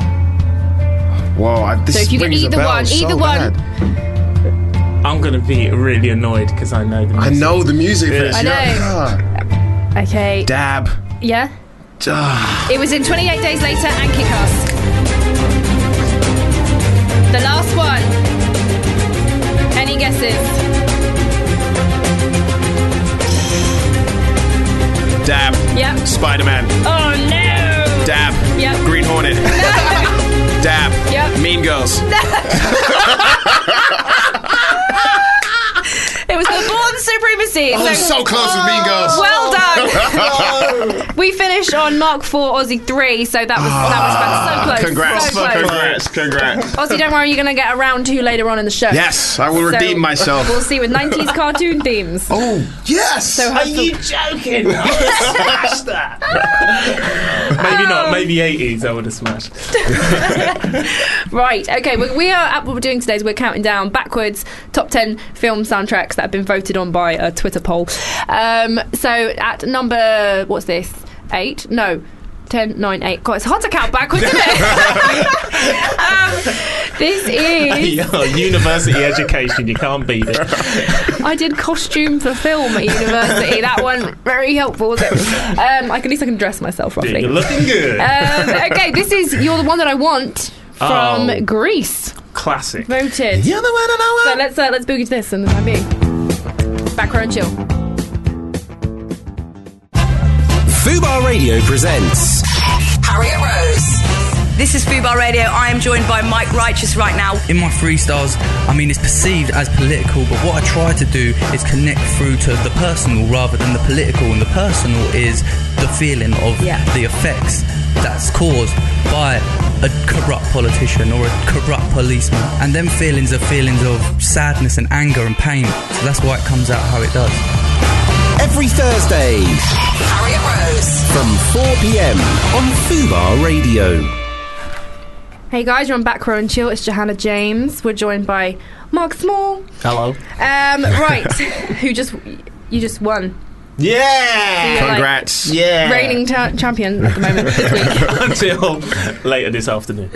S3: Whoa, I, this
S2: So if you get
S3: rings a
S2: either
S3: bell
S2: one,
S3: so
S2: either one.
S3: bad.
S5: I'm gonna be really annoyed because I know the.
S3: I
S5: music.
S3: know the music for this.
S2: I
S3: yeah.
S2: Okay.
S3: Dab.
S2: yeah.
S3: Ah.
S2: It was in 28 Days Later and Kick Ass. The last one. Any guesses?
S3: Dab.
S2: Yep.
S3: Spider Man.
S2: Oh no.
S3: Dab.
S2: Yep.
S3: Green
S2: [laughs]
S3: Hornet. Dab.
S2: Yep.
S3: Mean Girls.
S2: It was the Born Supremacy.
S3: [laughs] Oh, so close with Mean Girls.
S2: Well
S3: [laughs]
S2: done. we finished on Mark 4, Aussie 3, so that was that was about so close.
S3: Ah. Congrats.
S2: So close.
S3: Congrats. Congrats.
S2: Aussie, don't worry, you're going to get a round two later on in the show.
S3: Yes, I will
S2: So-
S3: redeem myself.
S2: We'll see with
S3: [laughs]
S2: 90s cartoon themes.
S3: Oh, yes.
S5: Are you joking? [laughs] I would have smashed that. [laughs] maybe
S2: Um,
S5: not. Maybe 80s. I would have smashed.
S2: Right, okay, we, we are at what we're doing today is we're counting down backwards top 10 film soundtracks that have been voted on by a Twitter poll. Um, so at number, what's this? Eight? No. 10, 9, 8. God, it's hard to count backwards, isn't
S3: [laughs]
S2: it? um, this
S5: [laughs]
S2: is.
S5: Yeah, university education. You can't beat it.
S2: I did costume for film at university. That one, very helpful, was it?
S3: [laughs]
S2: Um, I can, at least I can dress myself roughly.
S5: You're looking good.
S2: Um, okay, this is You're the One That I Want from
S5: Oh.
S2: Greece.
S3: [laughs]
S5: Classic.
S2: Voted.
S3: You're the one I
S2: So let's uh, let's boogie to this and then I'm being back row and chill.
S1: Fubar Radio presents
S7: Harriet Rose. This is Fubar Radio. I am joined by Mike Righteous right now.
S8: in my freestyles, I mean, it's perceived as political, but what I try to do is connect through to the personal rather than the political. And the personal is the feeling of
S2: Yeah.
S8: the effects that's caused by a corrupt politician or a corrupt policeman. And them feelings are feelings of sadness and anger and pain. So that's why it comes out how it does.
S1: every Thursday
S7: Harriet Rose.
S1: from 4 p.m. on Fubar Radio.
S2: Hey guys, you're on back row and chill. It's Johanna James. We're joined by Mark Small.
S5: Hello.
S2: Um, right, [laughs] who just you just won.
S3: Yeah.
S2: You're like
S3: Congrats.
S5: Yeah.
S2: reigning ta- champion at the moment this week.
S5: Until later this afternoon.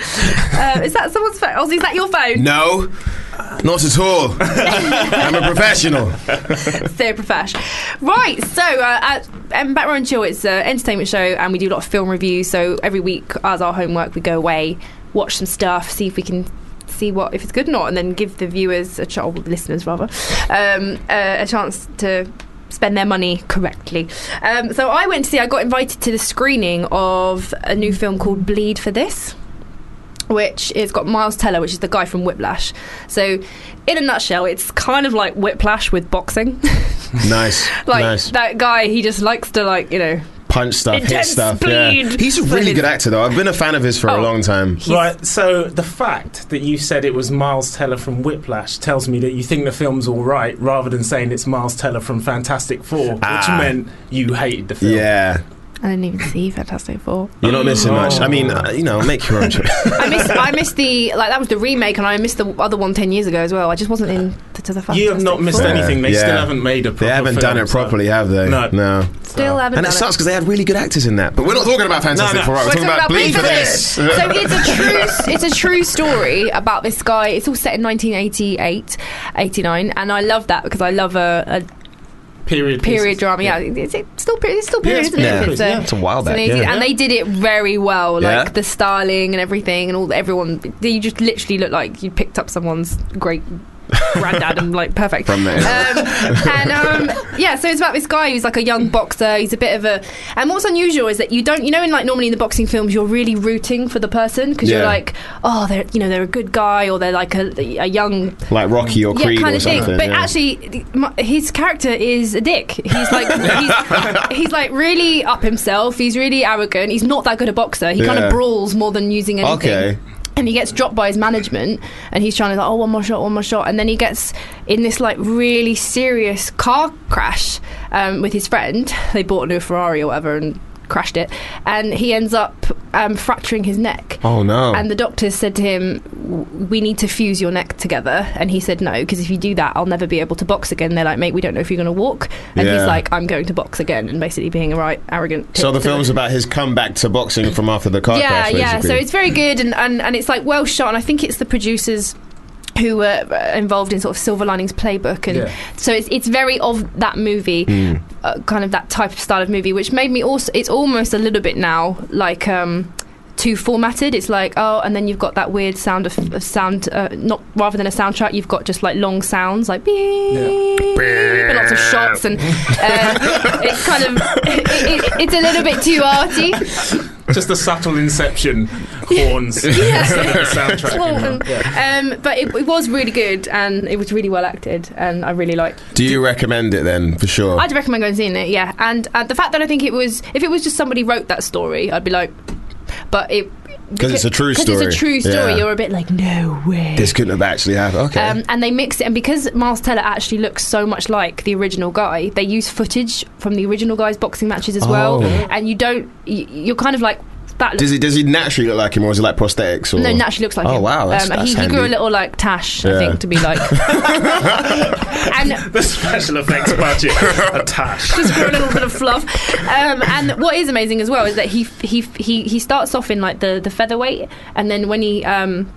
S2: Uh, is that someone's phone? Ozzy, is that your phone?
S3: No, not
S2: [laughs]
S3: at all. I'm a professional.
S2: They're profesh. Right, so uh, at um, Back Row and Chill, it's an entertainment show and we do a lot of film reviews. So every week, as our homework, we go away, watch some stuff, see if we can see what if it's good or not, and then give the viewers, a ch- or listeners rather, um, uh, a chance to spend their money correctly. Um, so I went to see, I got invited to the screening of a new film called Bleed for This which is got Miles Teller, which is the guy from Whiplash. So, in a nutshell, it's kind of like Whiplash with boxing. [laughs]
S3: Nice.
S2: like
S3: nice.
S2: that guy, he just likes to like you know.
S3: Punch stuff, hit
S2: intense
S3: stuff. Yeah.
S2: bleed.
S3: He's a really good actor, though. I've been a fan of his for
S2: Oh.
S3: a long time.
S5: Right, so the fact that you said it was Miles Teller from Whiplash tells me that you think the film's all right rather than saying it's Miles Teller from Fantastic Four,
S3: Ah.
S5: which meant you hated the film.
S3: Yeah.
S2: I didn't even see Fantastic Four.
S3: You're not missing
S5: Oh.
S3: much. I mean, uh, you know, make your own
S5: [laughs]
S3: choice.
S2: [laughs] I missed. I missed the like that was the remake, and I missed the other one 10 years ago as well. I just wasn't in to, to the. Fantastic
S5: You have not missed
S2: Four.
S3: Yeah,
S5: anything. They still
S3: yeah.
S5: haven't made a proper
S3: they haven't
S5: film,
S3: done it
S5: so-
S3: properly, have they?
S5: No.
S3: no.
S2: Still haven't.
S3: And it
S2: done
S3: sucks because they had really good actors in that. But we're not talking about Fantastic
S5: no.
S3: Four. Right? We're,
S2: We're
S3: talking, about, Bleed for this.
S2: so it's a true it's a true story about this guy. It's all set in 1988, 89, and I love that because I love a, a
S5: Period.
S2: period
S5: pieces.
S2: drama. Yeah, it's it's still period. It's uh, still period,
S5: it's
S2: isn't
S5: period,
S2: it?
S5: yeah.
S3: It's a while back,
S2: amazing.
S3: yeah.
S2: And they did it very well, like
S3: Yeah.
S2: the styling and everything, and all the- everyone. You just literally look like you picked up someone's great granddad and like perfect
S3: [laughs] From there.
S2: um, and um, yeah so it's about this guy who's like a young boxer he's a bit of a and what's unusual is that you don't you know in like normally in the boxing films you're really rooting for the person because you're
S3: Yeah.
S2: like oh they're you know they're a good guy or they're like a, a young
S3: Like Rocky or Creed
S2: yeah, kind
S3: or
S2: of thing.
S3: something.
S2: But
S3: yeah.
S2: actually, th- my- his character is a dick. He's
S3: [laughs]
S2: like, he's, he's like really up himself. He's really arrogant. He's not that good a boxer. He kind
S3: Yeah.
S2: of brawls more than using anything.
S3: Okay.
S2: And he gets dropped by his management, and he's trying to like, oh, one more shot, one more shot, and then he gets in this like really serious car crash um, with his friend. They bought a new Ferrari or whatever, and crashed it, and he ends up um, fracturing his neck.
S3: Oh no!
S2: And the doctors said to him, "W- "We need to fuse your neck together." And he said, "No, because if you do that, I'll never be able to box again." They're like, "Mate, we don't know if you're going to walk." And
S3: Yeah.
S2: he's like, "I'm going to box again," and basically being a right arrogant.
S3: so the
S2: tit to
S3: film's about his comeback to boxing from after the car
S2: yeah,
S3: crash.
S2: yeah. So
S3: basically.
S2: it's very good, and, and, and it's like well shot. And I think it's the producers who were uh, involved in sort of Silver Linings Playbook, and
S5: Yeah.
S2: so it's it's very of that movie, uh, kind of that type of style of movie, which made me also. It's almost a little bit now like. um too formatted. It's like oh, and then you've got that weird sound of, of sound. Uh, not rather than a soundtrack, you've got just like long sounds like beep, and lots of shots, and uh, it's kind of it, it, it's a little bit too arty.
S5: Just a
S3: [laughs]
S5: subtle inception horns instead of [laughs] the soundtrack. you know.
S2: [laughs] Well, um, but it, it was really good and it was really well acted and I really liked.
S3: Do you recommend it then for sure?
S2: I'd recommend going and seeing it. Yeah, and uh, the fact that I think it was, if it was just somebody wrote that story, I'd be like, but it
S3: 'Cause it's a true
S2: 'cause
S3: story.
S2: it's a true story.
S3: Yeah.
S2: You're a bit like, no way.
S3: this couldn't have actually happened. Okay.
S2: um, and they mixed it, and because Miles Teller actually looks so much like the original guy, they use footage from the original guy's boxing matches as well.
S3: Oh.
S2: And you don't, you, you're kind of like that.
S3: does he does he naturally look like him, or is it like prosthetics? Or
S2: no, naturally looks like
S3: Oh
S2: him.
S3: wow, that's,
S2: um, and
S3: that's
S2: he, he grew a
S3: handy.
S2: little like Tash, I
S3: Yeah.
S2: think, to be
S3: [laughs]
S2: like. [laughs] and
S5: The special effects
S3: [laughs]
S5: budget attached.
S2: just for a little bit of fluff. Um, and what is amazing as well is that he he he he starts off in like the the featherweight, and then when he um.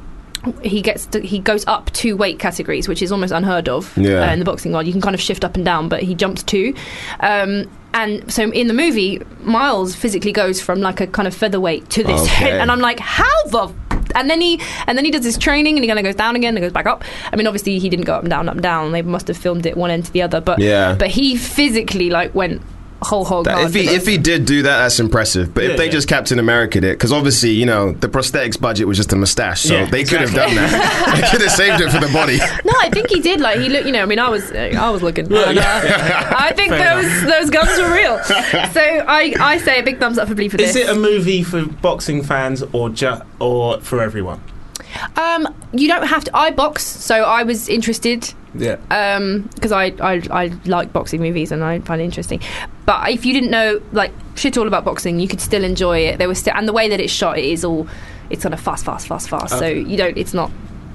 S2: He gets to, he goes up two weight categories, which is almost unheard of
S3: Yeah.
S2: uh, in the boxing world. You can kind of shift up and down, but he jumps two. Um, and so in the movie, Miles physically goes from like a kind of featherweight to this, [laughs]
S3: Okay.
S2: and I'm like, how the. And then he and then he does his training, and he kind of goes down again, and goes back up. I mean, obviously he didn't go up and down, up and down. They must have filmed it one end to the other, but
S3: Yeah.
S2: but he physically like went whole hog.
S3: That-
S2: hard
S3: if he
S2: for
S3: if he did do that, that's impressive. But if
S5: Yeah,
S3: they
S5: yeah.
S3: just Captain America did, because obviously you know the prosthetics budget was just a mustache, so
S5: Yeah,
S3: they could have done that. [laughs] they could have saved it for
S2: [laughs]
S3: the body.
S2: that. no, I think he did. Like he looked, you know. I mean, I was uh, I was looking. And, uh, I think
S5: Fair
S2: those those guns were real.
S3: [laughs]
S2: So I I say a big thumbs up for Blee for
S5: Is
S2: this.
S5: it a movie for boxing fans or ju- or for everyone?
S2: um, you don't have to. I box, so I was interested.
S5: Yeah.
S2: um because I, I I like boxing movies and I find it interesting. But if you didn't know like shit all about boxing, you could still enjoy it. There was still and the way that it's shot, it is all it's kind of fast, fast, fast, fast. So
S5: Okay.
S2: you don't. It's not.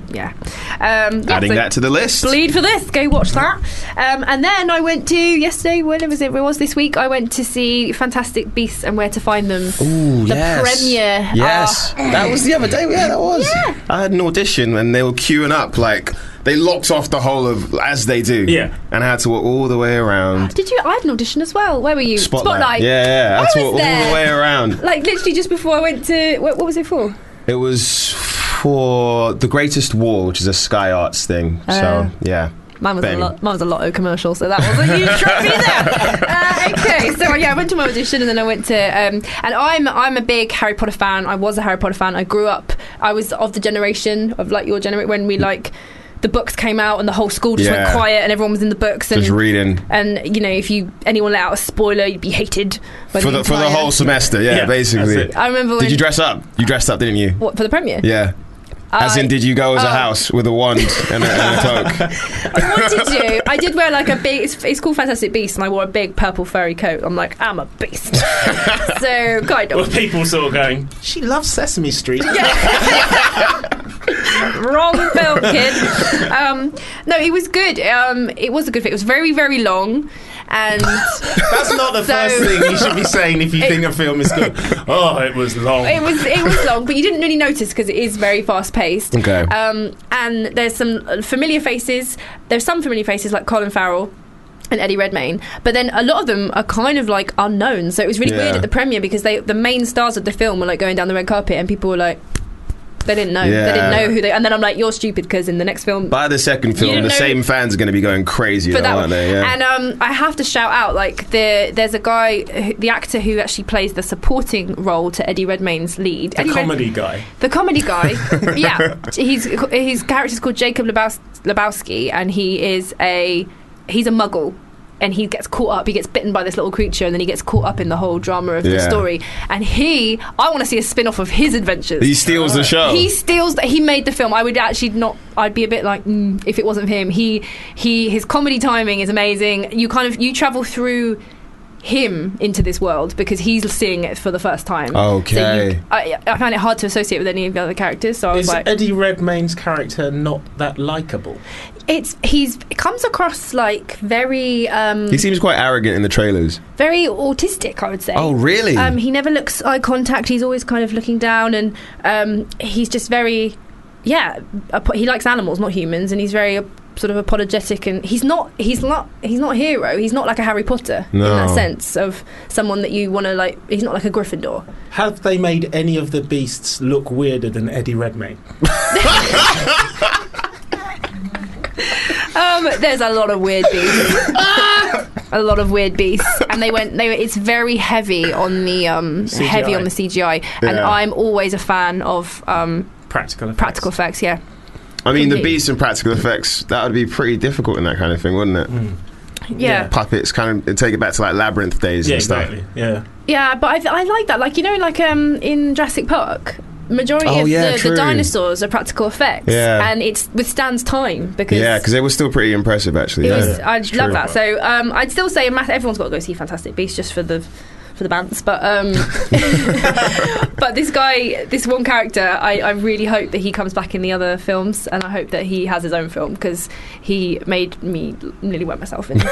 S2: Yeah. Um, yeah,
S3: Adding
S2: so
S3: that to the list.
S2: Bleed for this. Go watch that. Um, and then I went to yesterday. When was it? It was this week. I went to see Fantastic Beasts and Where to Find Them.
S3: Ooh,
S2: the
S3: yes.
S2: premiere.
S3: Yes, that was the other day. Yeah, that was. I had an audition and they were queuing up. Like they locked off the whole of as they do.
S5: Yeah.
S3: and I had to walk all the way around.
S2: Ah. Did you? I had an audition as well. Where were you?
S3: Yeah, yeah. I,
S2: I
S3: had
S2: was
S3: to walk all
S2: there.
S3: the way around.
S2: Like literally just before I went to what, what was it for?
S3: It was for the Greatest Wall, which is a Sky Arts thing.
S2: Oh.
S3: so yeah.
S2: Mine was
S3: Bang.
S2: a lot. Mine was a Lotto commercial, so that was a huge trophy there. Uh,
S3: [laughs]
S2: okay, so yeah, I went to my audition and then I went to. Um, and I'm I'm a big Harry Potter fan. I was a Harry Potter fan. I grew up. I was of the generation of like your generation when we like the books came out and the whole school just
S3: Yeah.
S2: went quiet and everyone was in the books and
S3: Just reading.
S2: and you know if you anyone let out a spoiler you'd be hated by
S3: for the, for the
S2: entire-
S3: whole semester. Yeah,
S5: Yeah,
S3: basically.
S5: that's
S2: I remember when
S3: Did you dress up? You dressed up, didn't you?
S2: what, for the premiere.
S3: Yeah. As
S2: I-
S3: in, did you go as a
S2: oh.
S3: house with a wand and a, and a
S2: [laughs]
S3: toque?
S2: what did you? I did wear like a big. It's, it's called Fantastic Beast, and I wore a big purple furry coat. I'm like, I'm a beast. so kind
S5: Well,
S2: of [laughs]
S5: people sort of going, she loves Sesame Street.
S2: wrong film, kid. Um, no, it was good. Um, it was a good fit. It was very very long, and
S5: That's not the
S2: So-
S5: first thing you should be
S2: [laughs]
S5: saying if you think a film is good. Oh, it was long.
S2: it was it was long, but you didn't really notice because it is very fast paced.
S3: Okay.
S2: Um, and there's some familiar faces. There's some familiar faces like Colin Farrell. And Eddie Redmayne, but then a lot of them are kind of like unknown. So it was really
S3: Yeah.
S2: weird at the premiere because they the main stars of the film were like going down the red carpet, and people were like, they didn't know, they didn't
S3: Yeah.
S2: know who they. And then I'm like, you're stupid because in the next film,
S3: By the second film,
S2: didn't
S3: the
S2: know-
S3: same fans are going to be going crazy,
S2: for
S3: though,
S2: that
S3: aren't
S2: one.
S3: they? Yeah.
S2: And um, I have to shout out like the there's a guy, who- the actor who actually plays the supporting role to Eddie Redmayne's lead.
S5: the
S2: Eddie Red-
S5: comedy guy.
S2: the comedy
S3: [laughs]
S2: guy. yeah, he's his character's called Jacob Labows- Lebowski, and he is a he's a muggle. And he gets caught up. He gets bitten by this little creature, and then he gets caught up in the whole drama of the
S3: Yeah.
S2: story. And he, I want to see a spin-off of his adventures.
S3: he steals the show.
S2: He steals that. He made the film. I would actually not. I'd be a bit like mm, if it wasn't for him. He he his comedy timing is amazing. You kind of you travel through him into this world because he's seeing it for the first time. So
S3: Okay.
S2: you, I, I found it hard to associate with any of the other characters. So I was
S5: Is
S2: like,
S5: Eddie Redmayne's character not that likable?
S2: it's he's it comes across like very um,
S3: He seems quite arrogant in the trailers.
S2: very autistic. I would say.
S3: Oh, really?
S2: Um, he never looks eye contact. He's always kind of looking down, and um, he's just very, yeah. Apo- he likes animals, not humans, and he's very uh, sort of apologetic. And he's not, he's not, he's not a hero. He's not like a Harry Potter in that
S3: No.
S2: sense of someone that you want to like. He's not like a Gryffindor.
S5: Have they made any of the beasts look weirder than Eddie Redmayne?
S2: Um, there's a lot of weird
S3: [laughs]
S2: beasts. a lot of weird beasts, and they went. They were, it's very heavy on the um, heavy
S5: CGI.
S2: on the CGI, and
S3: Yeah.
S2: I'm always a fan of um,
S5: Practical effects.
S2: practical effects. Yeah,
S3: I mean, the
S2: Indeed.
S3: beasts and practical effects, that would be pretty difficult in that kind of thing, wouldn't it?
S2: yeah.
S3: Puppets, kind of, it'd take it back to like labyrinth days
S5: Yeah,
S3: and stuff.
S5: exactly. Yeah.
S2: Yeah, but I, I like that. Like you know, like um in Jurassic Park, majority
S3: Oh,
S2: of
S3: yeah,
S2: the,
S3: true.
S2: the dinosaurs are practical effects,
S3: Yeah.
S2: and it withstands time because
S3: Yeah, because it was still pretty impressive, actually.
S2: it
S3: yeah.
S2: was. I
S3: true.
S2: love that. So um, I'd still say a mass- everyone's got to go see Fantastic Beasts just for the for the bands, but um, but this guy, this one character, I, I really hope that he comes back in the other films, and I hope that he has his own film because he made me nearly wet myself in the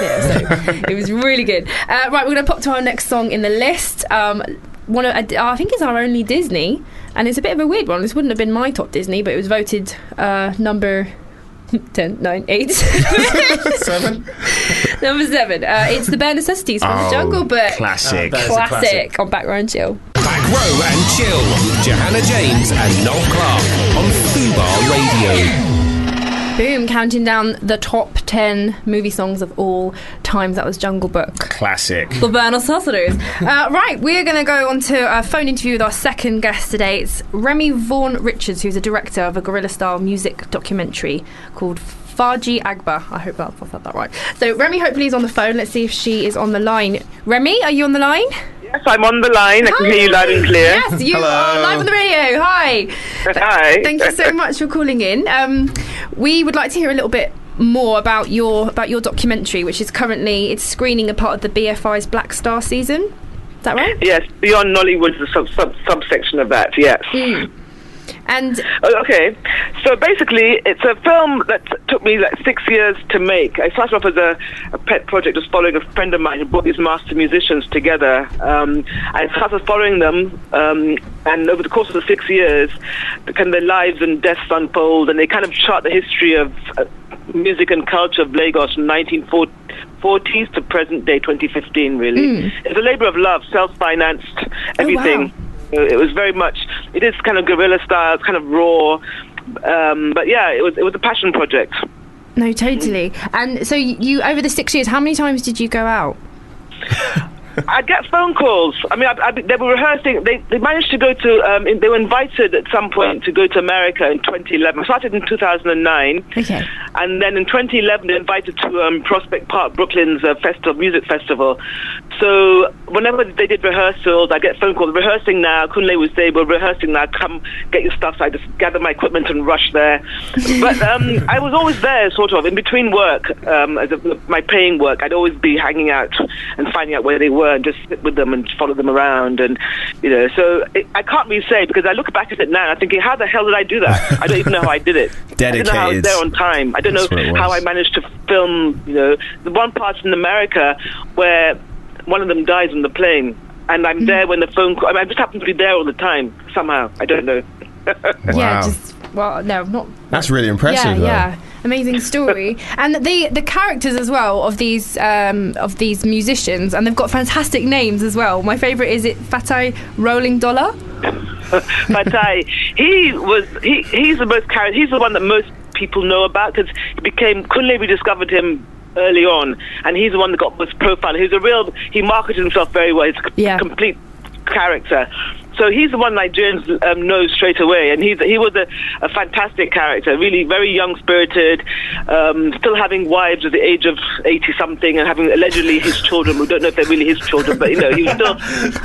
S5: [laughs]
S2: theatre. so it was really good. Uh, right, we're going to pop to our next song in the list. Um, one of, I think it's our only Disney, and it's a bit of a weird one. This wouldn't have been my top Disney, but it was voted uh, number [laughs] 10, 9,
S5: [laughs]
S2: 8.
S3: Seven?
S2: Number seven. Uh, it's the bare necessities from the Jungle Book.
S3: Classic.
S5: Oh, that-
S2: classic,
S5: That's a Oh, classic.
S2: on background and Chill.
S1: Back row and chill with Johanna James and Noel Clark on Fubar Radio.
S2: Boom, counting down the top ten movie songs of all times. That was Jungle Book.
S3: Classic.
S2: The bare necessities. uh, right, we're going to go on to a phone interview with our second guest today. It's Remy Vaughan Richards, who's a director of a guerrilla style music documentary called. Farji Agba. I hope I've I've had that right. So Remy hopefully is on the phone. Let's see if she is on the line. Remy, are you on the line?
S9: Yes, I'm on the line. I can hear you loud and clear.
S2: Yes, you are live on the radio. Hi.
S9: [laughs] Hi.
S2: Thank you so much for calling in. Um, we would like to hear a little bit more about your about your documentary, which is currently it's screening a part of the BFI's Black Star season. Is that right?
S9: Yes, Beyond Nollywood's the sub, sub, subsection of that, yes.
S2: And
S9: Oh, Okay, so basically, it's a film that took me like six years to make. I started off as a, a pet project, just following a friend of mine who brought these master musicians together. Um, I started following them, um, and over the course of the six years, the, kind of their lives and deaths unfold, and they kind of chart the history of uh, music and culture of Lagos from 1940s to present day 2015, really. It's a labor of love, self financed, everything. Uh, it was very much it is kind of guerrilla style it's kind of raw um, but yeah it was it was a passion project
S2: no, totally. And so you over the six years, how many times did you go out?
S9: I'd get phone calls I mean I, I, they were rehearsing they, they managed to go to um, in, they were invited at some point to go to America in 2011 I started in 2009
S2: Okay.
S9: and then in 2011 they invited to um, Prospect Park Brooklyn's uh, festival music festival so whenever they did rehearsals I get phone calls rehearsing now Kunle would say we're rehearsing now come get your stuff so I just gather my equipment and rush there but um, I was always there sort of in between work um, as a, my paying work I'd always be hanging out and finding out where they were and just sit with them and follow them around and you know so it, I can't really say because I look back at it now and I'm thinking how the hell did I do that I don't even know how I did it I don't know how I was
S3: Dedicated.
S9: there on time I don't
S3: That's what it
S9: know
S3: was.
S9: how I managed to film, you know, the one part in America where one of them dies on the plane, and
S3: Hmm.
S9: I'm there when the phone call. I, mean, I just happen to be there all the time somehow. I don't know. [laughs]
S2: Yeah,
S3: Wow.
S2: just well, no, not
S3: That's really impressive,
S2: yeah,
S3: though.
S2: yeah, amazing
S3: [laughs]
S2: story, and the the characters as well of these um, of these musicians, and they've got fantastic names as well. My favourite is it Fatai Rolling Dollar.
S9: but I, he was he he's the most char- he's the one that most people know about because he became Kunle. We discovered him early on, and he's the one that got most profile. He's a real he marketed himself very well. He's a c-
S2: Yeah.
S9: complete character. So he's the one Nigerians um, know straight away, and he's, he was a, a fantastic character, really very young spirited, um, still having wives at the age of 80 something and having allegedly his children. We don't know if they're really his children, but you know, he was
S2: [laughs]
S9: still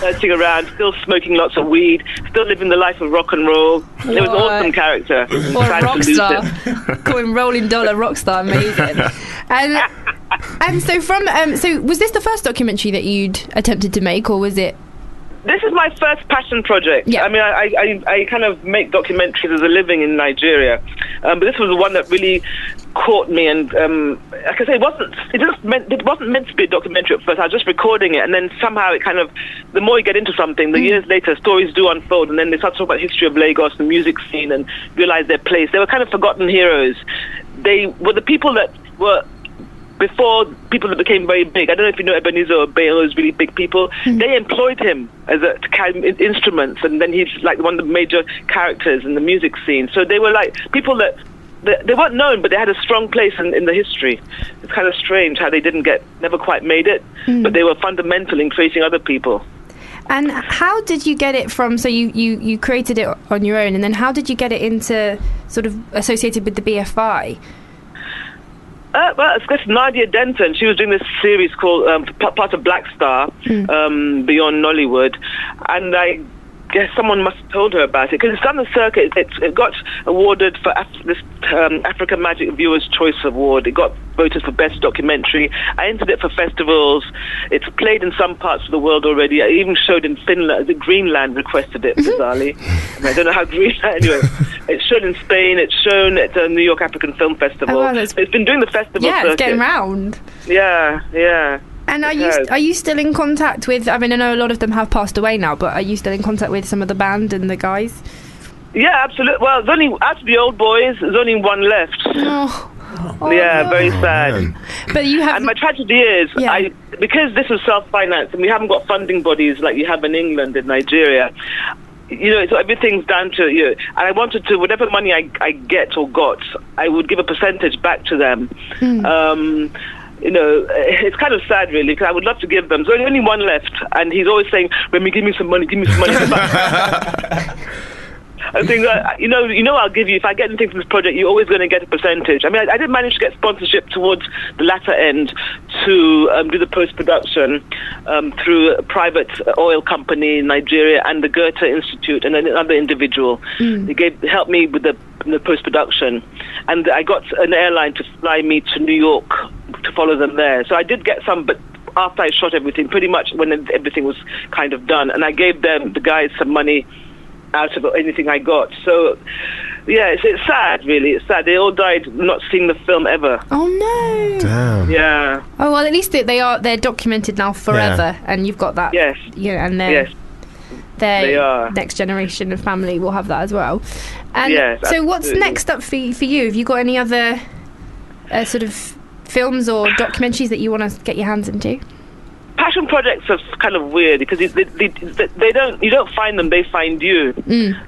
S9: dancing around, still smoking lots of weed, still living the life of rock and roll. It was an
S2: What?
S9: awesome character.
S2: Or a
S9: [laughs] Trying to
S2: rock [laughs]
S9: lose
S2: star.
S9: it. [laughs]
S2: Call him Rolling Dollar Rockstar, amazing. and And so from um, so was this the first documentary that you'd attempted to make, or was it?
S9: This is my first passion project.
S2: Yeah.
S9: I mean, I, I, I kind of make documentaries as a living in Nigeria, um, but this was the one that really caught me. And um, like I say, it wasn't it, just meant, it wasn't meant to be a documentary at first. I was just recording it, and then somehow it kind of the more you get into something, the years later stories do unfold, and then they start talking about history of Lagos, the music scene, and realize their place. They were kind of forgotten heroes. They were the people that were before people that became very big. I don't know if you know Ebenezer or those really big people. They employed him as a, to carry in- instruments, and then he's like one of the major characters in the music scene. So they were like people that. that- They weren't known, but they had a strong place in, in the history. It's kind of strange how they didn't get, never quite made it, but they were fundamental in creating other people.
S2: And how did you get it from? So you, you you created it on your own, and then how did you get it into sort of associated with the BFI?
S9: Uh, well, it's got Nadia Denton. She was doing this series called um, p- part of Black Star
S2: Hmm.
S9: um, Beyond Nollywood, and I guess someone must have told her about it because it's done the circuit. It, it got awarded for Af- this um, African Magic Viewers Choice Award. It got voted for best documentary. I entered it for festivals. It's played in some parts of the world already. I even showed in Finland. The Greenland requested it
S2: Mm-hmm.
S9: bizarrely. And I don't know how Greenland. Anyway, it's shown in Spain. It's shown at the New York African Film Festival.
S2: Oh, wow, that's-
S9: It's been doing the festival.
S2: Yeah, it's
S9: circuit.
S2: getting round.
S9: Yeah, yeah.
S2: And are
S9: It
S2: you
S9: has.
S2: are you still in contact with? I mean, I know a lot of them have passed away now, but are you still in contact with some of the band and the guys?
S9: Yeah, absolutely. Well, there's only after the old boys, there's only one left.
S2: Oh, oh,
S9: yeah,
S2: no.
S9: very sad.
S2: But you have
S9: And my tragedy is,
S2: Yeah.
S9: I because this was self-financed and we haven't got funding bodies like you have in England and Nigeria. You know, so everything's down to you. And I wanted to, whatever money I, I get or got, I would give a percentage back to them.
S2: Hmm.
S9: Um, you know, [laughs] it's kind of sad, really, because I would love to give them. There's only- only one left, and he's always saying, "Remy, give me some money, give me some money." I think uh, you know, you know, I'll give you if I get anything from this project, you're always going to get a percentage. I mean, I, I did manage to get sponsorship towards the latter end to um, do the post production um, through a private uh, oil company in Nigeria and the Goethe Institute and then another individual. They gave helped me with the, the post production, and I got an airline to fly me to New York to follow them there. So I did get some, but after I shot everything, pretty much when everything was kind of done, and I gave them the guys some money out of anything I got. So, yeah, it's, it's sad, really. It's sad. They all died not seeing the film ever.
S2: oh no.
S3: Damn.
S9: Yeah,
S2: Oh well, at least they- they are they're documented now forever, and you've got that.
S9: Yes.
S2: You know, and their
S9: yes.
S2: their
S9: they are.
S2: next generation of family will have that as well. And
S9: Yes,
S2: so, what's
S9: absolutely.
S2: next up for y- for you? Have you got any other uh, sort of films or documentaries that you want to get your hands into?
S9: Passion projects are kind of weird because they, they, they, they don't you don't find them they find you.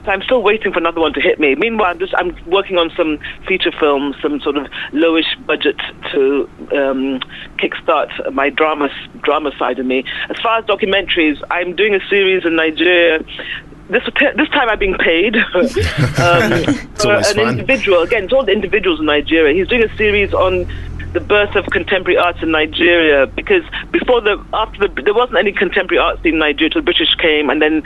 S9: So I'm still waiting for another one to hit me. Meanwhile, I'm just I'm working on some feature films, some sort of lowish budget to um, kickstart my drama drama side of me. As far as documentaries, I'm doing a series in Nigeria this this time I've been paid [laughs] um, for
S3: always
S9: an
S3: fun.
S9: individual. Again, it's all the individuals in Nigeria. He's doing a series on the birth of contemporary arts in Nigeria because before the after the there wasn't any contemporary arts in Nigeria. till The British came and then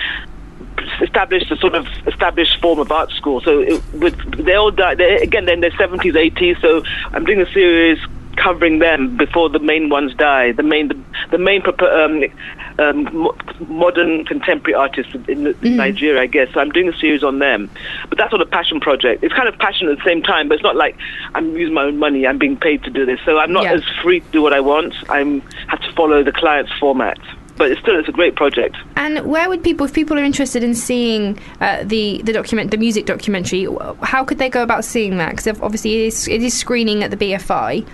S9: established a sort of established form of art school. So it, with, they all died they, again. They're in their seventies, eighties. So I'm doing a series covering them before the main ones die. The main the, the main propo- um, um, mo- modern contemporary artists in, in Nigeria, I guess. So I'm doing a series on them. But that's not a passion project. It's kind of passion at the same time, but it's not like I'm using my own money. I'm being paid to do this, so I'm not
S2: Yeah.
S9: as free to do what I want. I'm have to follow the client's format. But it's still it's a great project.
S2: And where would people, if people are interested in seeing uh, the the document, the music documentary, w- how could they go about seeing that? Because obviously it is, it is screening at the BFI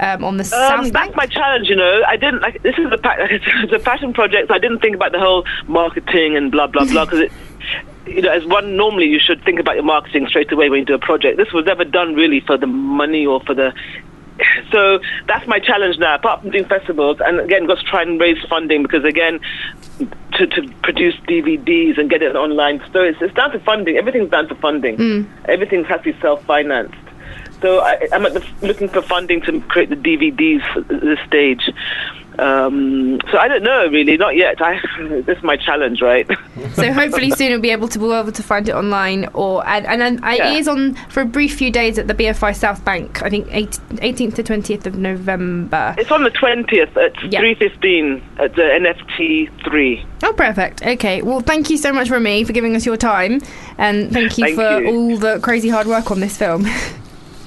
S2: um, on the
S9: Um,
S2: south
S9: that's
S2: bank.
S9: my challenge, you know. I didn't. Like, this is the pa- [laughs] the passion project. so I didn't think about the whole marketing and blah blah blah because it. You know, as one normally you should think about your marketing straight away when you do a project. This was never done really for the money or for the. [laughs] So that's my challenge now. Apart from doing festivals, and again, got to try and raise funding because again, to, to produce DVDs and get it online, so it's, it's down to funding. Everything's down to funding. Everything has to be self-financed. So I, I'm at the, looking for funding to create the DVDs for this stage. Um, so I don't know really, not yet. I, [laughs] this is my challenge,
S2: [laughs]
S9: right?
S2: So hopefully soon we'll be able to we'll be able to find it online or and and, and I-
S9: Yeah.
S2: it is on for a brief few days at the BFI South Bank. I think eighteenth to twentieth of November.
S9: It's on the 20th at
S2: Yeah.
S9: 3:15 at the NFT three.
S2: Oh, perfect. Okay. Well, thank you so much, Remy, for giving us your time, and thank you
S9: Thank
S2: for
S9: you.
S2: all the crazy hard work on this film.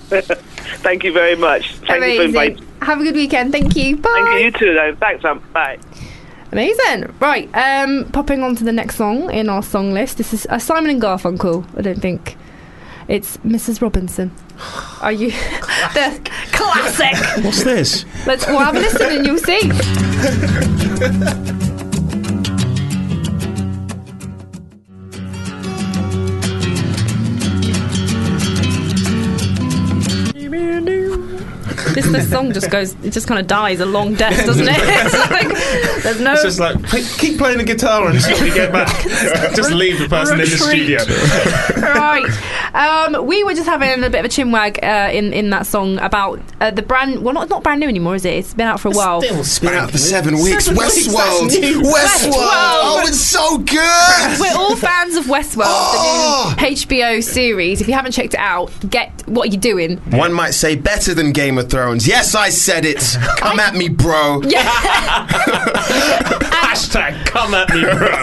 S9: Thank you very much. Thank you for inviting.
S2: Amazing. Have a good weekend. Thank you. Bye.
S9: Thank you, you too. Though. Thanks, um, bye.
S2: Amazing. Right. Um, popping on to the next song in our song list. This is uh, Simon and Garfunkel. I don't think it's Mrs. Robinson. Are you? the classic.
S3: What's this?
S2: Let's. We'll have a listen and you'll see. This, this song just goes, it just kind of dies a long death, doesn't it? [laughs] It's like, there's no.
S5: It's just like "Hey, keep playing the guitar until we
S2: [laughs]
S5: get back. [laughs] just leave the person in
S2: Retreat.
S5: the studio.
S2: right. Um, we were just having a bit of a chinwag uh, in in that song about uh, the brand. Well, not not brand new anymore, is it? It's been out for a while.
S5: Still
S4: Been out for seven weeks.
S5: Seven weeks,
S4: Westworld.
S5: that's new.
S4: Westworld. Oh, it's so good.
S2: We're all fans of Westworld,
S4: Oh!
S2: the new HBO series. If you haven't checked it out, get what are you doing?
S4: One might say better than Game of Thrones. Yes, I said it.
S2: [laughs]
S4: Come at me, bro.
S5: Hashtag come at me, bro.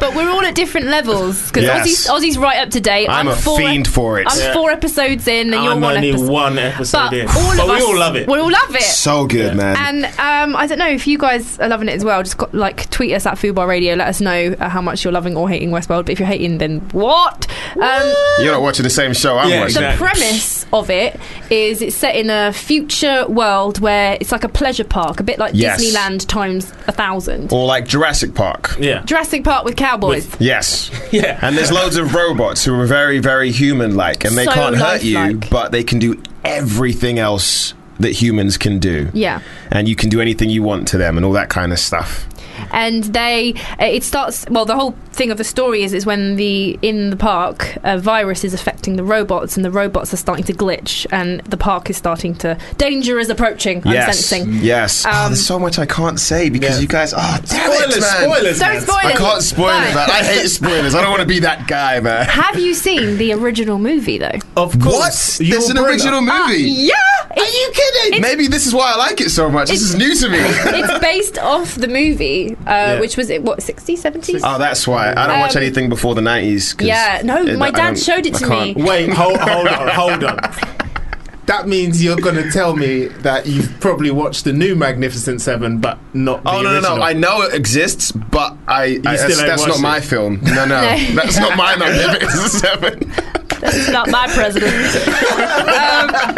S2: But we're all at different levels because Aussie's,
S3: Yes.
S2: Aussie's right up to date.
S3: I'm a
S2: four e-
S3: fiend for it.
S2: I'm
S3: Yeah.
S2: four episodes in, and you're
S5: I'm
S2: one
S5: only
S2: episode.
S5: one episode
S2: but
S5: in.
S2: all
S5: but
S2: of
S5: we
S2: us,
S5: all love it.
S2: We all love it.
S4: So good, man.
S2: And um, I don't know if you guys are loving it as well. Just got, like tweet us at Fubar Radio. Let us know uh, how much you're loving or hating Westworld. But if you're hating, then what? Um,
S3: You're not watching the same show I'm
S5: Yeah,
S3: watching.
S5: exactly.
S2: the premise of it is it's set in a future world where it's like a pleasure park, a bit like
S3: Yes.
S2: Disneyland times a thousand.
S3: Or like Jurassic Park.
S5: [laughs] yeah.
S2: Jurassic Park with cowboys.
S5: [laughs]
S3: Yes.
S5: Yeah.
S3: And there's loads of robots who are very, very human like, and they
S2: So
S3: can't hurt you,
S2: lifelike.
S3: but they can do everything else that humans can do.
S2: yeah.
S3: And you can do anything you want to them and all that kind of stuff.
S2: and they uh, it starts well the whole thing of the story is is when the in the park a virus is affecting the robots and the robots are starting to glitch and the park is starting to danger is approaching i'm
S3: yes.
S2: sensing
S3: Yes. oh,
S2: Um,
S3: there's so much I can't say because
S5: Yeah.
S3: you guys. Oh, damn it,
S5: Spoilers,
S3: man.
S5: spoilers.
S2: don't
S5: man.
S2: spoil
S3: I
S2: it
S3: can't spoil
S2: Right.
S3: it, man. I hate spoilers. I don't want to be that guy, man.
S2: have you seen the original movie though
S5: Of
S3: What?
S5: course. You'll
S3: There's an
S5: bring
S3: original
S5: [laughs] up-
S3: movie.
S2: Ah, yeah
S3: Are you kidding? Maybe this is why I like it so much. This
S2: It's-
S3: is new to me.
S2: it's based off the movie uh, which was it what 60 70
S3: [laughs] Oh, that's why I don't watch
S2: Um,
S3: anything before the nineties.
S2: yeah, no, my dad showed it to me.
S3: [laughs]
S5: Wait, hold, hold on, hold on. That means you're going to tell me that you've probably watched the new Magnificent Seven, but not the
S3: Oh no, no,
S5: original.
S3: no! I know it exists, but I, I
S5: still
S3: that's,
S5: ain't
S3: that's not
S5: watched
S3: my [laughs]
S5: it.
S3: film. No, no,
S2: No.
S3: that's not my Magnificent Seven.
S2: not my president.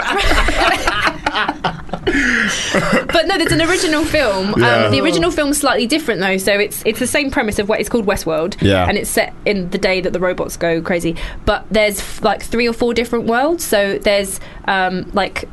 S2: Um, [laughs] but no, there's an original film.
S3: Yeah.
S2: Um, the original film's slightly different though, so it's it's the same premise of what it's called Westworld,
S3: Yeah.
S2: and it's set in the day that the robots go crazy. But there's f- like three or four different worlds. So there's um, like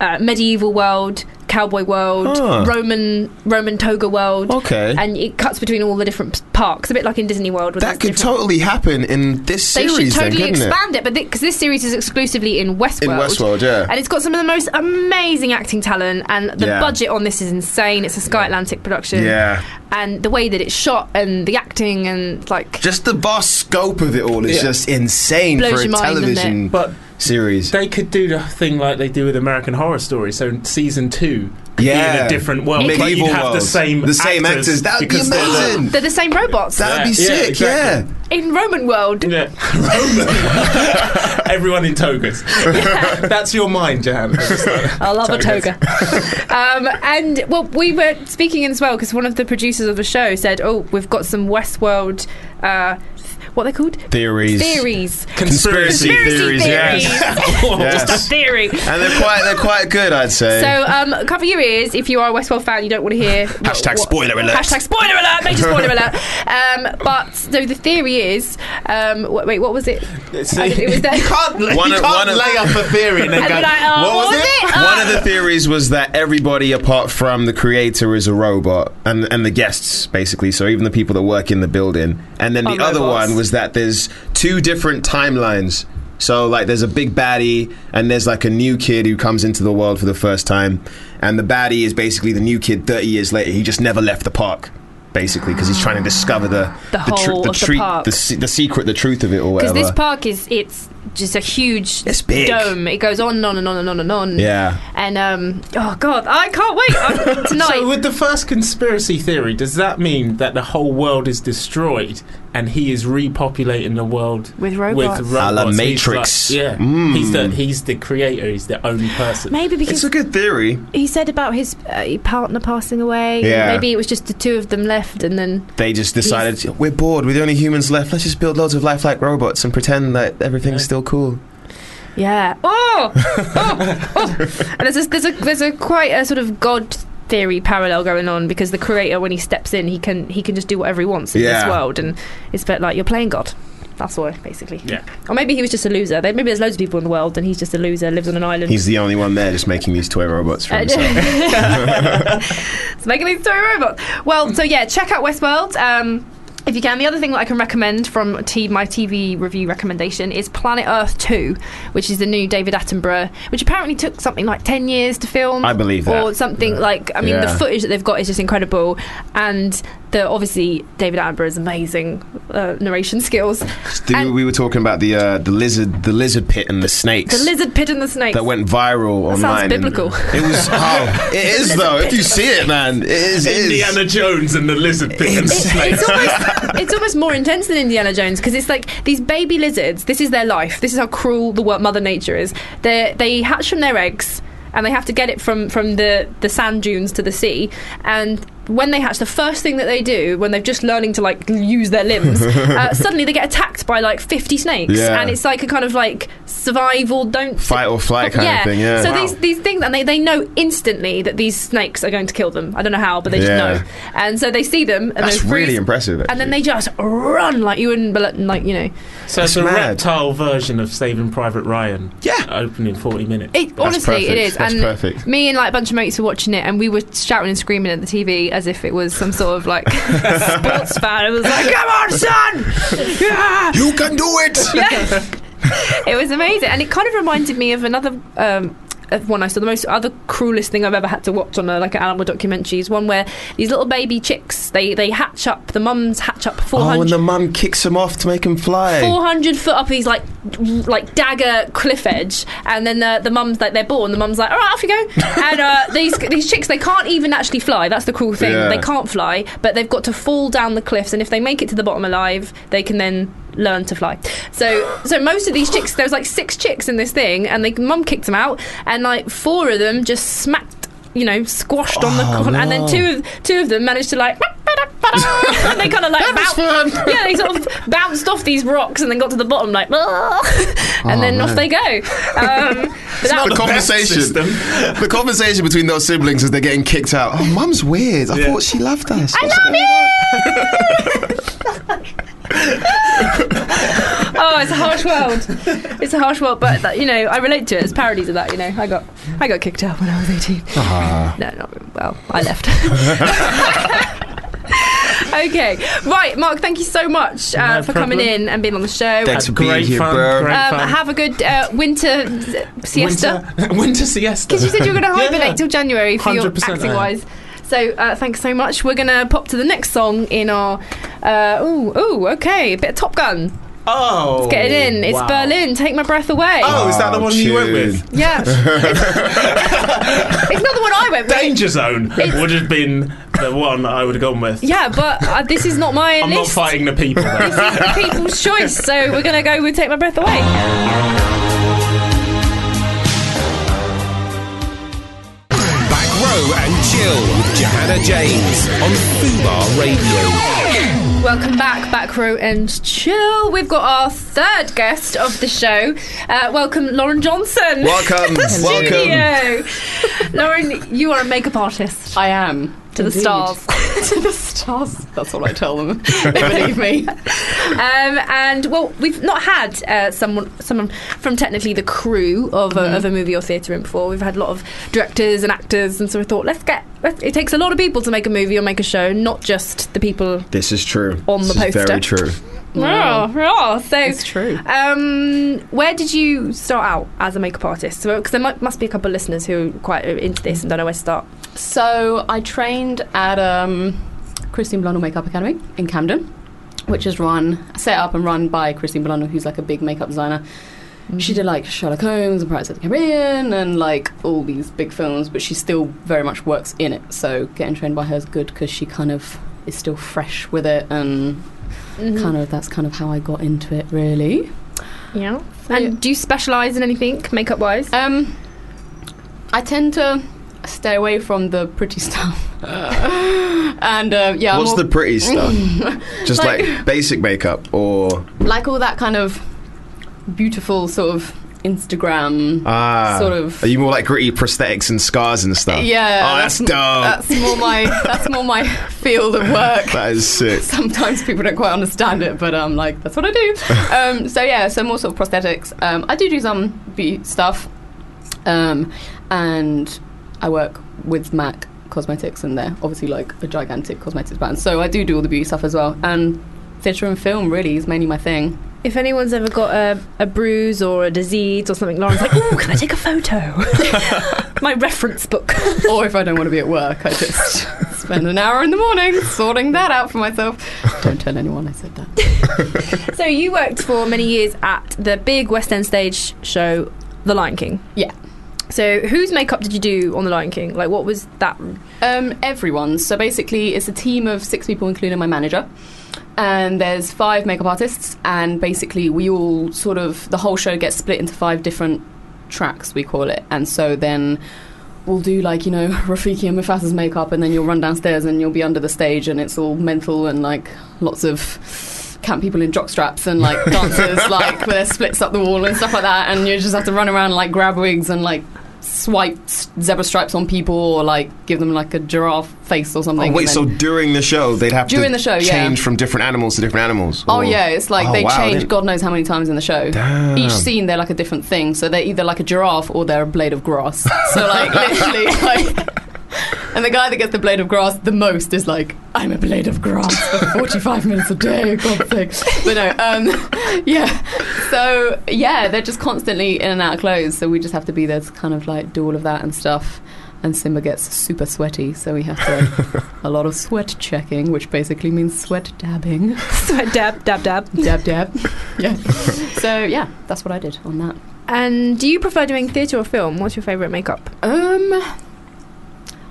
S2: uh, medieval world, cowboy world,
S3: Huh.
S2: Roman Roman toga world.
S3: Okay.
S2: and it cuts between all the different parks, a bit like in Disney World. with
S3: That
S2: those
S3: could
S2: different-
S3: totally happen in this
S2: they
S3: series,
S2: should totally
S3: then, couldn't
S2: expand it, but because this series is exclusively in Westworld.
S3: Westworld, yeah.
S2: And it's got some of the most amazing acting talent, and the
S3: Yeah.
S2: budget on this is insane. It's a Sky Atlantic production,
S3: it? Yeah,
S2: and the way that it's shot, and the acting, and like
S3: just the vast scope of it all is
S5: Yeah.
S3: just insane
S2: Blows
S3: for a
S2: your mind, doesn't it?
S3: television
S5: But
S3: series.
S5: they could do the thing like they do with American Horror Story. So in season two, could be in
S3: Yeah.
S5: a different world, but
S3: Medieval
S5: you'd have the
S3: world.
S5: same
S3: The same actors. That would be
S5: because they're the-
S3: amazing.
S2: they're the same robots
S3: That would be
S5: Yeah,
S3: sick.
S5: exactly.
S3: Yeah,
S2: in Roman world.
S5: Yeah. [laughs] Everyone
S3: [laughs]
S5: in togas. That's your mind, Jahan.
S2: [laughs] I love a
S3: [laughs]
S2: toga. um, and well, we were speaking as well because one of the producers of the show said, "Oh, we've got some Westworld, uh, what they are called
S3: theories,
S2: theories,
S3: Conspiracy theories, yes. [laughs]
S2: Just a
S3: yes.
S2: theory."
S3: and they're quite they're quite good, I'd say.
S2: So um, cover your ears if you are a Westworld fan. You don't want to hear
S3: [laughs] Hashtag spoiler alert.
S2: Hashtag spoiler alert.
S3: [laughs]
S2: Major spoiler alert. Um, but so the theory is, um, wh- wait, what was it? I don't- it
S5: [laughs]
S2: was
S5: you
S2: that.
S5: can't, you
S3: One of-
S5: can't
S3: one of-
S5: lay up a theory and then
S9: [laughs]
S2: I'd
S5: go,
S2: be like, uh,
S5: what, was it?
S2: Uh,
S3: One of the theories was that everybody apart from the creator is a robot and and the guests basically, so even the
S2: Oh,
S3: people that work in the building. And then the
S2: Are
S3: other
S2: robots.
S3: one was that there's two different timelines So like there's a big baddie and there's like a new kid who comes into the world for the first time and the baddie is basically the new kid 30 years later. He just never left the park basically because he's trying to discover the
S2: The whole of the
S3: tre-
S2: park.
S3: the, se- the secret, the truth of it or
S2: Because
S3: whatever.
S2: this park is it's just a huge
S3: It's big.
S2: dome. It goes on and on and on and on and on.
S3: Yeah.
S2: And um, oh god, I can't wait
S3: [laughs]
S2: I'm- tonight.
S5: So, with the first conspiracy theory, does that mean that the whole world is destroyed and he is repopulating the world
S2: With robots.
S5: With robots.
S3: A la
S5: He's
S3: Matrix.
S5: like- yeah,
S3: Mm.
S5: he's the he's the creator. He's the only person.
S2: Maybe
S3: It's
S2: because
S3: a good theory.
S2: he said about his uh, partner passing away.
S3: Yeah.
S2: Maybe it was just the two of them left, and then
S3: They just decided we're bored. We're the only humans left. Let's just build loads of lifelike robots and pretend that everything's still cool.
S2: yeah. Oh, oh, oh. and there's a, there's a there's a quite a sort of god theory parallel going on because the creator when he steps in he can he can just do whatever he wants in
S3: Yeah.
S2: this world and it's a bit like you're playing god that's why basically
S5: Yeah.
S2: or maybe he was just a loser There- maybe there's loads of people in the world and he's just a loser lives on an island
S3: He's the only one there, just making these toy robots for
S2: Uh,
S3: himself.
S2: [laughs] It's making these toy robots. Well, so yeah, check out Westworld. Um, if you can, the other thing that I can recommend from t- my TV review recommendation is Planet Earth 2, which is the new David Attenborough, which apparently took something like 10 years to film.
S3: I believe
S2: Or
S3: that.
S2: something like, I mean,
S3: Yeah.
S2: the footage that they've got is just incredible. And the obviously, David Attenborough's amazing uh, narration skills.
S3: The-
S2: And-
S3: we were talking about the uh, the lizard the lizard pit and the snakes.
S2: The Lizard Pit and the Snake.
S3: that went viral
S2: That sounds
S3: online. and
S2: biblical. [laughs]
S3: It was. Oh, it is though. If you see it, man, it is. It is.
S5: Indiana Jones and the lizard pit and snake.
S2: it's almost
S3: [laughs]
S2: it's almost more intense than Indiana Jones because it's like these baby lizards. This is their life. This is how cruel the world, Mother Nature is. They they hatch from their eggs and they have to get it from from the the sand dunes to the sea and. When they hatch, the first thing that they do when they're just learning to like use their
S3: [laughs]
S2: limbs, uh, suddenly they get attacked by like fifty snakes,
S3: Yeah.
S2: and it's like a kind of like survival, don't
S3: Fight or flight kind of thing. Yeah.
S2: so these these things, and they, they know instantly that these snakes are going to kill them. I don't know how, but they
S3: Yeah.
S2: just know. And so they see them, and they
S3: That's
S2: freeze,
S3: really impressive.
S2: And then
S3: actually.
S2: they just run like you wouldn't, bel- like you know.
S5: so it's
S3: It's
S5: a
S3: mad.
S5: reptile version of Saving Private Ryan.
S3: Yeah.
S5: opening forty minutes.
S2: It honestly, it
S3: perfect.
S2: is.
S3: That's
S2: and
S3: perfect.
S2: me and like a bunch of mates were watching it, and we were shouting and screaming at the TV as if it was some sort of
S3: [laughs]
S2: like sports fan. It was like, "Come on, son! Yeah!"
S3: You can do it.
S2: yeah. it was amazing, and it kind of reminded me of another um, of one I saw. The most other cruelest thing I've ever had to watch on a, like an animal documentary is one where these little baby chicks they they hatch up. The mums hatch up four
S3: Oh, and
S2: hundred.
S3: the mum kicks him off to make him fly.
S2: 400 foot up these like like dagger cliff edge and then the, the mum's like they're born the mum's like all right off you
S3: [laughs]
S2: go and uh, these these chicks they can't even actually fly that's the cool thing
S3: Yeah.
S2: they can't fly but they've got to fall down the cliffs and if they make it to the bottom alive they can then learn to fly so so most of these chicks there's like six chicks in this thing and they mum kicked them out and like four of them just smacked you know squashed on the
S3: Oh,
S2: con- and then
S3: no.
S2: two of two of them managed to like [laughs] and they kind of like bounce-
S3: fun.
S2: yeah, they sort of bounced off these rocks and then got to the bottom like, "Ah," and then off
S3: Oh,
S2: they
S3: man.
S2: go. Um, but that-
S3: the conversation. The conversation between those siblings as they're getting kicked out. Oh, mum's weird. I thought she loved us. I love
S2: oh, it's a harsh world. It's a harsh world, but that, you know, I relate to it. It's parodies of that. You know, I got I got kicked out when I was eighteen.
S3: Uh-huh.
S2: No, not well. I left. [laughs] okay, right, Mark. Thank you so much uh,
S5: No
S2: for coming
S5: problem.
S2: in and being on the show.
S3: Thanks for being
S5: Great
S3: here,
S5: fun,
S3: bro.
S5: great
S2: Um,
S5: fun.
S2: have a good uh, winter siesta.
S5: Winter, [laughs] winter siesta.
S2: Because you said you
S5: [laughs]
S2: were going to
S5: Yeah,
S2: hibernate
S5: yeah.
S2: till January for your
S5: 100%
S2: acting
S5: I am.
S2: wise. So uh, thanks so much. We're going to pop to the next song in our. Uh, ooh, ooh, okay. A bit of Top Gun.
S5: Oh,
S2: Let's get it in. It's
S5: wow.
S2: Berlin. Take my breath away.
S5: Oh, is that the
S3: Oh,
S5: one you went
S3: tune.
S5: with? [laughs]
S2: Yeah. it's not the one I went with.
S5: Danger Zone would have been the one I would have gone with.
S2: Yeah, but uh, this is not my
S5: I'm not
S2: list.
S5: fighting the people. though.
S2: People's choice. So we're going to go with Take My Breath Away.
S1: Back row and chill with Johanna James on Fubar Radio.
S2: Welcome back, back row and chill. We've got our third guest of the show. Uh, welcome, Lauren Johnson.
S3: Welcome,
S2: to the
S3: welcome.
S2: studio. [laughs] Lauren, you are a makeup artist
S6: I am.
S2: to the [laughs] stars,
S6: to the stars.
S9: [laughs]
S6: That's what I tell them. They believe me.
S2: um, and well, we've not had uh, someone someone from technically the crew of a, of a movie or theatre in before. We've had a lot of directors and actors, and so we thought let's get. Let's, it takes a lot of people to make a movie or make a show, not just the people
S3: This is true.
S2: On the
S3: This is
S2: poster.
S3: Very true.
S2: Oh, oh, so
S9: It's true.
S2: Um, where did you start out as a makeup artist? So, because there mu- must be a couple of listeners who are quite uh, into this and don't know where to start.
S9: So I trained at um, Christine Blondel Makeup Academy in Camden, which is run, set up and run by Christine Blondel, who's like a big makeup designer. She did like Sherlock Holmes and Pirates of the Caribbean and like all these big films, but she still very much works in it. So getting trained by her is good because she kind of is still fresh with it and kind of that's kind of how I got into it really.
S2: Yeah. And do you specialise in anything makeup wise?
S9: Um, I tend to stay away from the pretty [laughs] stuff. and um, yeah, I'm
S3: What's
S9: all-
S3: the
S9: [laughs]
S3: pretty stuff? Just like,
S9: Like-
S3: basic makeup or
S9: like all that kind of beautiful sort of Instagram
S3: ah,
S9: sort of.
S3: Are you more like gritty prosthetics and scars and stuff?
S9: Yeah,
S3: Oh, that's, dope.
S9: That's more my that's
S3: [laughs]
S9: more my field of work.
S3: that is sick.
S9: Sometimes people don't quite understand it, but um, like that's what I do. Um, so yeah, so more sort of prosthetics. Um, I do do some beauty stuff, um, and I work with Mac Cosmetics, and they're obviously like a gigantic cosmetics brand. So I do do all the beauty stuff as well, and theatre and film really is mainly my thing.
S2: If anyone's ever got a, a bruise or a disease or something, Lauren's like, "Ooh, can I take a [laughs] photo? My reference book."
S9: or if I don't want to be at work, I just [laughs] spend an hour in the morning sorting that out for myself. Don't tell anyone I said that.
S2: so you worked for many years at the big West End stage show, The Lion King.
S9: Yeah.
S2: So whose makeup did you do on The Lion King? Like, what was [laughs] that?
S9: Um, everyone. So basically, it's a team of six people, including my manager. And Um, there's five makeup artists, and basically, we all sort of the whole show gets split into five different tracks, we call it. And so then we'll do like you know [laughs] Rafiki and Mufasa's makeup, and then you'll run downstairs and you'll be under the stage, and it's all mental and like lots of camp people in jockstraps and
S3: [laughs]
S9: like dancers like with their splits up the wall and stuff like that, and you just have to run around and, like grab wigs and like swipe s- zebra stripes on people or like give them like a giraffe face or something.
S3: Oh, wait,
S9: and
S3: so
S9: then-
S3: during the show, they'd have
S9: During
S3: to
S9: the show, yeah.
S3: change from different animals to different animals?
S9: Oh
S3: or-
S9: yeah, it's like
S3: Oh,
S9: they
S3: wow,
S9: change
S3: didn't-
S9: God knows how many times in the show.
S3: Damn.
S9: Each scene they're like a different thing, so they're either like a giraffe or they're a blade of
S3: [laughs]
S9: grass. so like literally like and the guy that gets the blade of grass the most is like, I'm a blade of grass for 45 minutes a day, God's sake. But no, um, [laughs] yeah. So, yeah, they're just constantly in and out of clothes. So we just have to be there to kind of like do all of that and stuff. And Simba gets super sweaty. So we have
S3: [laughs]
S9: to, a lot of sweat checking, which basically means sweat dabbing.
S2: Sweat dab, dab, dab.
S9: Dab, dab. Yeah. So, yeah, that's what I did on that.
S2: And do you prefer doing theatre or film? What's your favourite makeup?
S9: Um, I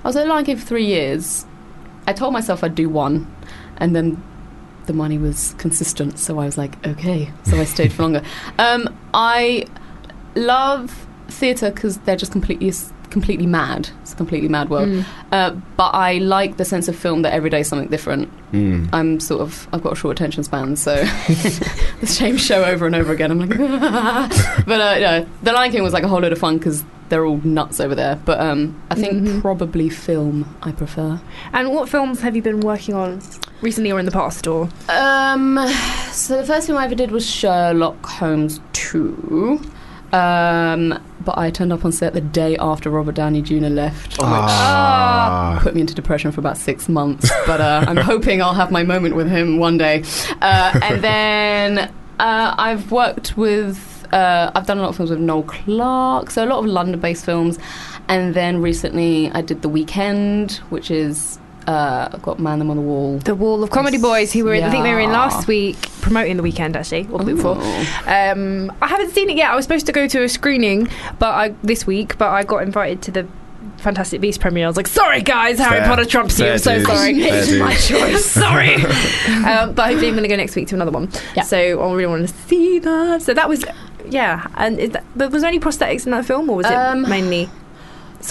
S9: was at Lion King for three years. I told myself I'd do one, and then the money was consistent, so I was like, okay. So I stayed for longer. Um, I love theatre because they're just completely it's completely mad. It's a completely mad world.
S2: hmm.
S9: Uh, but I like the sense of film that every day is something different.
S3: Mm.
S9: I'm sort of I've got a short attention span, so [laughs] the same show over and over again. I'm like, [laughs] but uh, no, The Lion King was like a whole load of fun because they're all nuts over there. But um, I think
S2: Mhm.
S9: probably film I prefer.
S2: And what films have you been working on recently or in the past? Or
S9: Um, so the first film I ever did was Sherlock Holmes two. Um, but I turned up on set the day after Robert Downey Jr. left,
S3: Ah.
S9: put me into depression for about six months. But uh, I'm hoping I'll have my moment with him one day. Uh, and then uh, I've worked with. Uh, I've done a lot of films with Noel Clark, so a lot of London-based films, and then recently I did The Weekend, which is uh, I've got Man them on the Wall.
S2: The Wall of Comedy Boys, who were in, I think they were in
S9: Yeah.
S2: last week, promoting the weekend actually, or the week before. Um, I haven't seen it yet. I was supposed to go to a screening, but I this week, but I got invited to the Fantastic Beast premiere. I was like, sorry guys, Harry
S3: Fair.
S2: Potter trumps you.
S3: Fair
S2: I'm so
S3: dues.
S2: sorry.
S3: Fair
S2: It's my
S3: dues. [laughs]
S2: choice. sorry. um, but hopefully I'm going to go next week to another one.
S9: Yeah.
S2: So I really want to see that. So that was, yeah. And is that, but was there any prosthetics in that film, or was it
S9: Um,
S2: mainly?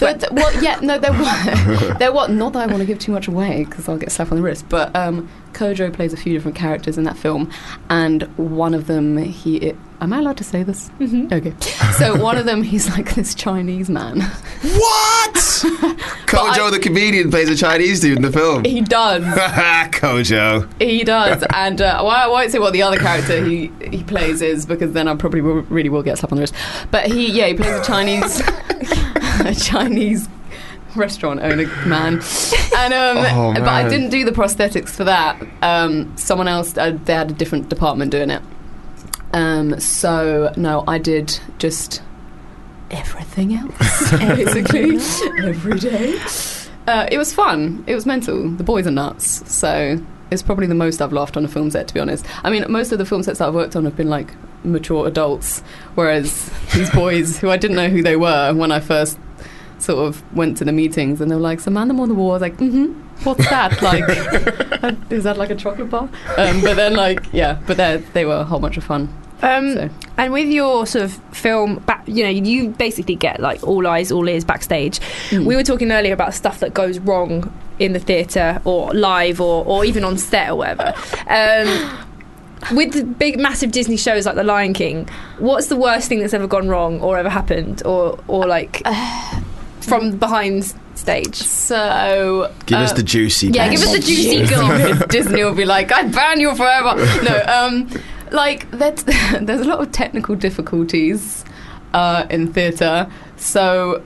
S9: But th- well, yeah, no, there were [laughs] there were not that I want to give too much away because I'll get slapped on the wrist. But um, Kojo plays a few different characters in that film, and one of them he am I allowed to say this?
S2: Mhm.
S9: Okay, so one of them he's like this Chinese man. [laughs]
S3: What? Kojo
S9: I-
S3: the comedian plays a Chinese dude in the film.
S9: He does,
S3: [laughs] Kojo.
S9: he does, and uh, well, I won't say what the other character he he plays is because then I probably will, [laughs] really will get slapped on the wrist. But he yeah he plays a Chinese a Chinese restaurant owner man. And um,
S3: Oh,
S9: but I
S3: man.
S9: didn't do the prosthetics for that. Um, someone else uh, they had a different department doing it. Um, so no, I did just everything else basically every day. Uh, it was fun. It was mental. The boys are nuts. So it's probably the most I've laughed on a film set, to be honest. I mean, most of the film sets that I've worked on have been like mature adults, whereas these boys, who I didn't know who they were when I first sort of went to the meetings, and they were like, "Some animal on the wall." I was like, "Mm-hmm. What's that?
S3: [laughs]
S9: Like, is that like a chocolate bar?" Um, but then, like, yeah, but they they were a whole bunch of fun.
S2: Um,
S9: So.
S2: And with your sort of film, ba- you know, you basically get like all eyes, all ears backstage.
S9: Hmm.
S2: We were talking earlier about stuff that goes wrong in the theatre or live or, or even on set or whatever.
S9: [gasps]
S2: Um, with the big, massive Disney shows like The Lion King, what's the worst thing that's ever gone wrong or ever happened or, or
S9: [sighs]
S2: like from behind stage?
S9: So
S3: Give us
S9: uh,
S3: the juicy.
S9: Yeah,
S3: bits.
S9: give us the juicy gob. [laughs] Disney will be like, I ban you forever. No, um, like that's, [laughs] there's a lot of technical difficulties uh, in theatre. So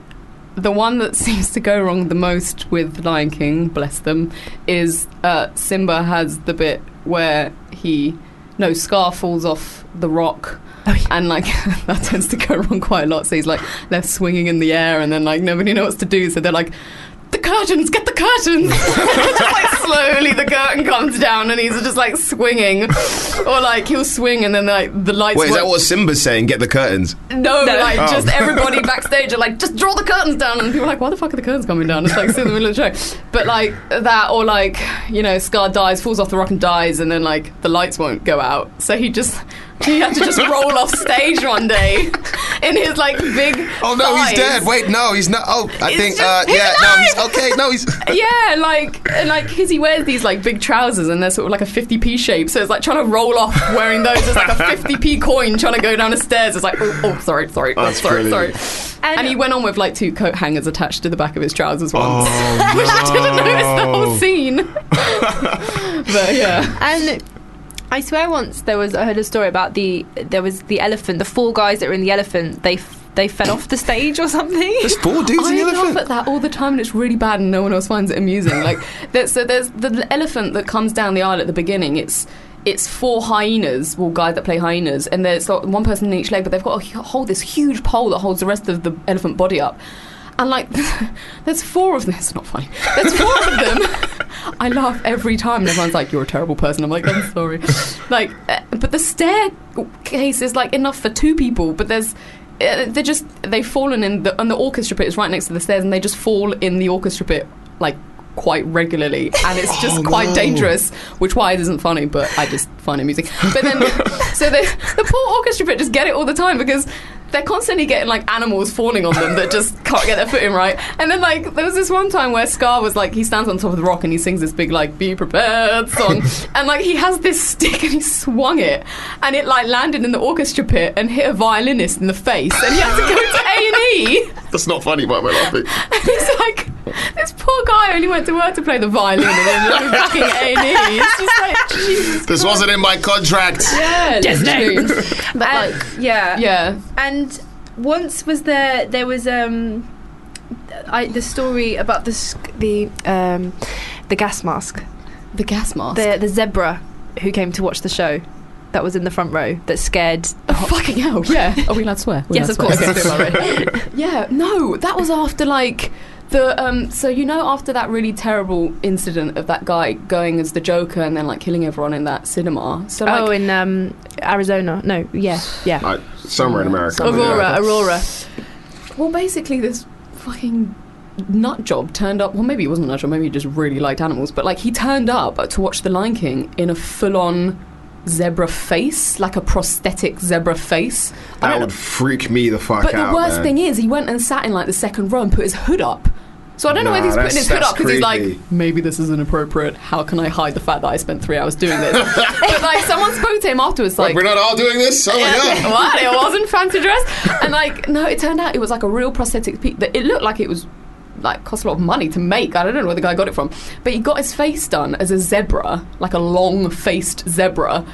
S9: the one that [laughs] seems to go wrong the most with Lion King, bless them, is uh, Simba has the bit where he no Scar falls off the rock. And like [laughs] that tends to go wrong quite a lot. So he's like left swinging in the air, and then like nobody knows what to do. So they're like, the curtains, get the curtains. [laughs] just like slowly the curtain comes down and he's just like swinging. Or like he'll swing and then like the lights
S3: Wait, is that
S9: won't-
S3: what Simba's saying? Get the curtains.
S9: no, like
S3: Oh.
S9: just everybody
S3: [laughs]
S9: backstage are like, just draw the curtains down, and people are like, why the fuck are the curtains coming down? It's like it's in the middle of the show, but like that, or like you know, Scar dies, falls off the rock and dies, and then like the lights won't go out, so he just he had to just roll off stage one day in his like big.
S3: Oh no,
S9: thighs.
S3: he's dead. Wait, no, he's not. Oh, I
S9: It's
S3: think.
S9: just-
S3: uh,
S9: he's
S3: yeah, no,
S9: alive!
S3: he's okay. No,
S9: [laughs]
S3: he's.
S9: Yeah, like and like because he wears these like big trousers and they're sort of like a 50p shape, so it's like trying to roll off wearing those as like a 50p coin trying to go down the stairs. It's like oh, oh sorry, sorry, oh,
S3: That's
S9: sorry,
S3: brilliant.
S9: sorry.
S2: And-
S9: And, he went on with like two coat hangers attached to the back of his trousers once, [laughs]
S3: Oh,
S9: which I didn't notice the whole
S3: no.
S9: scene. but yeah,
S2: And I swear, once there was I heard a story about the there was the elephant, the four guys that were in the elephant. They f- they fell off the stage or
S9: [laughs]
S2: something.
S3: There's four dudes in the
S9: I laugh
S3: elephant.
S9: at that all the time, and it's really bad, and no one else finds it amusing.
S3: [laughs]
S9: Like, there's, so there's the elephant that comes down the aisle at the beginning. It's it's four hyenas, well, guys that play hyenas, and there's like one person in each leg, but they've got to hold this huge pole that holds the rest of the elephant body up. And like, [laughs] there's four of them. [laughs] It's not funny. There's four of them. [laughs] I laugh every time, and everyone's like, "You're a terrible person." I'm like, "I'm sorry." [laughs] like, uh, but the staircase is like enough for two people, but there's uh, they're just they've fallen in the and the orchestra pit is right next to the stairs, and they just fall in the orchestra pit like quite regularly, and it's just quite dangerous. Which why it isn't funny, but I just find it amusing. But then, so the the poor orchestra pit just get it all the time because they're constantly getting like animals falling on them that just can't get their footing right. And then like there was this one time where Scar was like he stands on top of the rock and he sings this big like be prepared song, and like he has this stick and he swung it, and it like landed in the orchestra pit and hit a violinist in the face, and he had to go to A and E. [laughs]
S3: That's not funny, but we're laughing.
S9: And It's like this poor guy only went to work to play the violin and then like, fucking A and E. It's just like Jesus.
S3: This wasn't in my contract.
S9: Yeah, literally.
S2: but yeah,
S9: yeah.
S2: And once was there there was um, I, the story about the sc- the um, the gas mask,
S9: The gas mask.
S2: the the zebra who came to watch the show. That was in the front row. That scared.
S9: Oh,
S6: [laughs]
S9: fucking hell, yeah. Are we allowed to swear?
S2: [laughs]
S9: We're
S2: yes, of
S9: allowed
S2: course.
S9: to swear. yeah, no, that was after like the um so you know after that really terrible incident of that guy going as the Joker and then like killing everyone in that cinema. So like
S2: oh, in um, Arizona. No, yeah, yeah.
S3: Uh, somewhere in America.
S2: Aurora, Aurora.
S9: Well, basically, this fucking nut job turned up. Well, maybe he wasn't a nut job. Maybe he just really liked animals. But like, he turned up to watch The Lion King in a full-on zebra face, like a prosthetic zebra face. I
S3: That
S9: don't
S3: would freak me the fuck
S9: but
S3: out.
S9: the worst
S3: man.
S9: thing is, he went and sat in like the second row and put his hood up. So I don't know
S3: Nah,
S9: whether he's putting
S3: that's-
S9: his hood
S3: that's
S9: up because he's like,
S3: creepy.
S9: maybe this is inappropriate. How can I hide the fact that I spent three hours doing [laughs] this? but like, someone spoke to him afterwards, like,
S3: we're not all doing this. Oh my
S9: [laughs] yeah.
S3: god.
S9: what? It
S3: [laughs]
S9: wasn't fancy dress. And like, no, it turned out it was like a real prosthetic piece. That it looked like it was like cost a lot of money to make. I don't know where the guy got it from, but he got his face done as a zebra, like a long-faced zebra,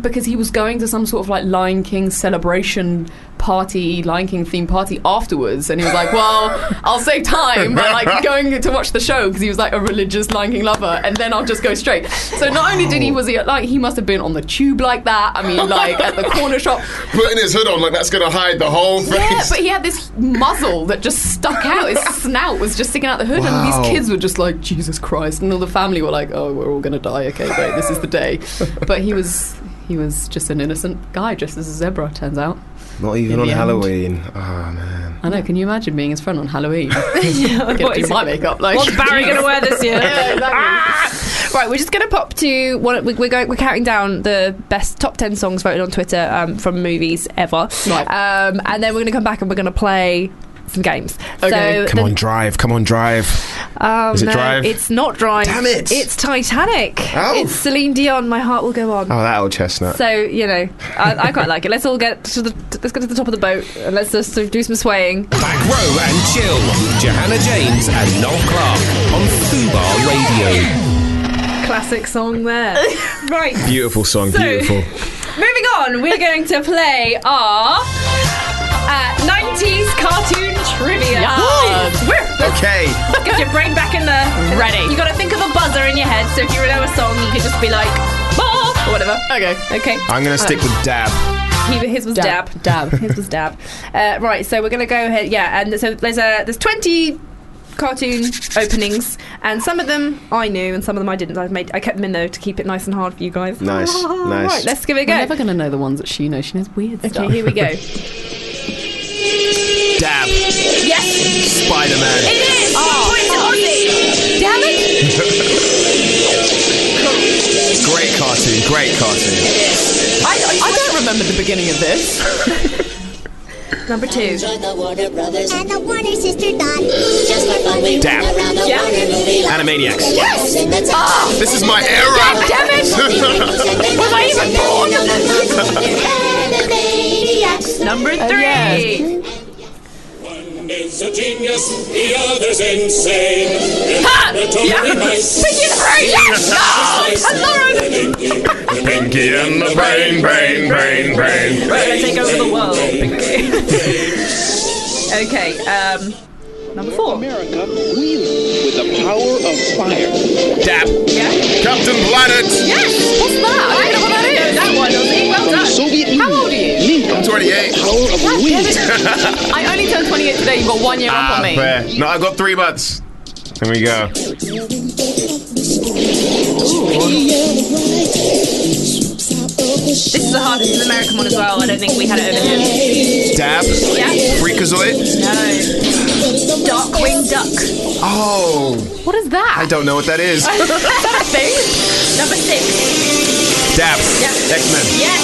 S9: because he was going to some sort of like Lion King celebration party, Lion King themed party afterwards. And he was like, well, I'll save time by like going to watch the show because he was like a religious Lion King lover. And then I'll just go straight. So not only did he, was he at, like, he must have been on the tube like that. I mean, like at the corner shop.
S3: Putting his hood on like that's gonna hide the whole face.
S9: Yeah, but he had this muzzle that just stuck out. His snout was just sticking out the hood,
S3: Wow.
S9: and these kids were just like, "Jesus Christ!" And all the family were like, "Oh, we're all gonna die. Okay, great, this is the day." But he was he was just an innocent guy dressed as a zebra. Turns out,
S1: Not even
S9: In
S1: on
S9: the end.
S1: Halloween.
S3: [laughs]
S1: Ah man.
S9: I know. Can you imagine being his friend on Halloween?
S2: [laughs] yeah,
S9: Get to do my makeup. Like,
S2: [laughs] What's Barry going to wear this year? Ah!
S9: Yeah, exactly.
S2: Right, we're just going to pop to one. we- We're going. We're counting down the best top ten songs voted on Twitter um, from movies ever,
S9: Right.
S2: um, and then we're going to come back and we're going to play some games.
S9: Okay.
S2: So
S1: Come
S2: the-
S1: on, drive. Come on, drive.
S2: Um,
S1: Is it
S2: no,
S1: Drive?
S2: It's not Drive.
S1: Damn it.
S2: It's Titanic.
S1: Oh.
S2: It's Celine Dion. My heart will go on.
S1: Oh, that old chestnut.
S2: So you know, I, I quite like it. Let's all get to the let's get to the top of the boat and let's just do some swaying.
S10: Back row and chill with Johanna James and Noel Clark on Fubar Radio.
S2: Classic song there. [laughs] right,
S1: Beautiful song.
S2: So-
S1: Beautiful.
S2: moving on. We're going to play our uh, 90s cartoon trivia.
S9: Yes.
S2: Woo!
S1: Okay.
S2: Get your brain back in the
S9: Ready.
S2: You got to think of a buzzer in your head. So if you know a song, you could just be like, "Bah," or whatever.
S9: Okay.
S2: Okay.
S1: I'm gonna stick with dab.
S2: He, his was dab.
S9: Dab,
S2: [laughs]
S9: dab.
S2: His was dab. Uh, right, so we're gonna go ahead. Yeah, and so there's a there's 20 cartoon openings, and some of them I knew, and some of them I didn't. I made I kept them in though to keep it nice and hard for you guys.
S1: Nice, nice.
S2: Right, let's give it a
S9: We're
S2: go.
S9: never gonna know the ones that she knows. She knows weird
S2: Okay,
S9: stuff.
S2: here we go.
S1: Dab.
S2: yes,
S1: Spider Man.
S2: it is. Oh, it's Ozzy. Damn it!
S1: Great cartoon. Great cartoon.
S9: I, I don't remember the beginning of this.
S2: Number two.
S5: the Warner Brothers and the Warner Sister Dot. Just for fun, we
S1: Dab.
S5: went around the
S2: Yeah.
S5: Warner movie lot.
S1: Animaniacs.
S5: The girls in the top.
S9: Ah.
S3: This is my era.
S2: Damn
S5: it! Was I even born? Animaniacs.
S2: Number three.
S5: It's a genius, the other's insane. Ha!
S2: [laughs]
S3: Pinky and the brain, brain, brain,
S2: We're
S3: brain.
S2: gonna take over the world. [laughs] okay. Um, number four.
S1: Dab.
S2: Yeah.
S3: Captain Planet.
S2: Yes. What's that? I don't know what that is. That one. Ozzy. Well done.
S9: How old are you?
S3: 28.
S2: [laughs]
S9: I only turned 28 today. You've got one year up
S3: Ah,
S9: on me.
S3: fair. No, I got three months.
S1: Here we go.
S2: This is the hardest this is an American one as well. I don't think we had it over here.
S1: Dab.
S2: Yeah.
S1: Freakazoid.
S2: No. Darkwing Duck.
S1: Oh,
S9: What is that?
S1: I don't know what that is.
S2: Number six.
S1: Dab.
S2: Yeah.
S1: X Men.
S2: Yes.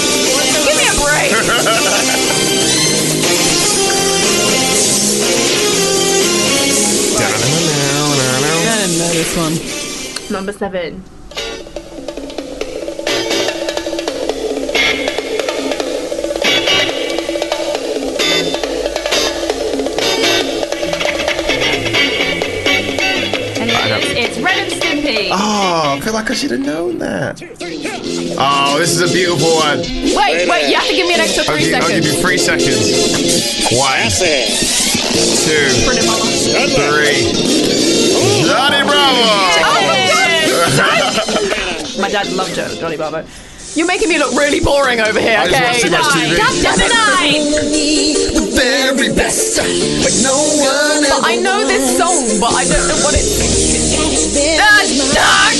S2: Give me a break.
S9: I don't know this one.
S2: Number seven. And It's it's Ren and Stimpy.
S1: Oh, I feel like I should have known that.
S3: Oh, this is a beautiful one.
S9: Wait, wait, you have to give me an extra
S3: I'll
S9: three
S3: give, I'll give you
S9: seconds.
S3: three seconds. One, two, three. Johnny Bravo. Oh,
S2: My dad loved Jo- Johnny Bravo.
S9: You're making me look really boring over here,
S3: I
S9: okay?
S3: just watch too much TV.
S5: Very best, but no one
S9: But I know this song, but I don't know what it's. Ah, dog!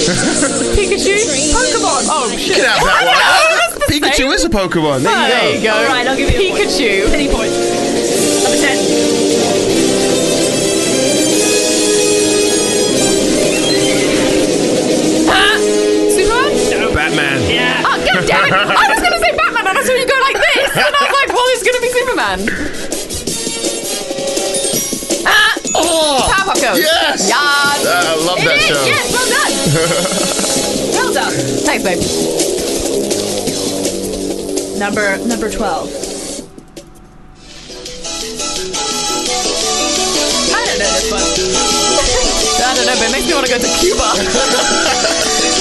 S9: Pikachu? Pokemon! Oh, shit.
S1: Get out
S9: [laughs]
S1: that one. Pikachu is a Pokemon. There you go.
S9: There you go.
S2: Alright, I'll give you a point.
S9: Pikachu.
S2: Penny points. Number ten.
S9: Huh? Ah! Superman?
S1: Batman.
S9: Ah, god damn it! I was gonna say Batman, and I saw you go like this, and I was like, well, it's gonna be
S2: [laughs]
S9: Superman. Ah! Oh! Powerpuff Girls.
S3: Yes.
S9: Yeah.
S3: Ah, I love
S9: It
S3: that
S9: is,
S3: show.
S9: Yes, well
S2: Well
S9: done.
S2: done.
S9: Thanks, babe.
S2: Number number twelve. I don't know this one. [laughs]
S9: I don't know, but it makes me want to go to Cuba.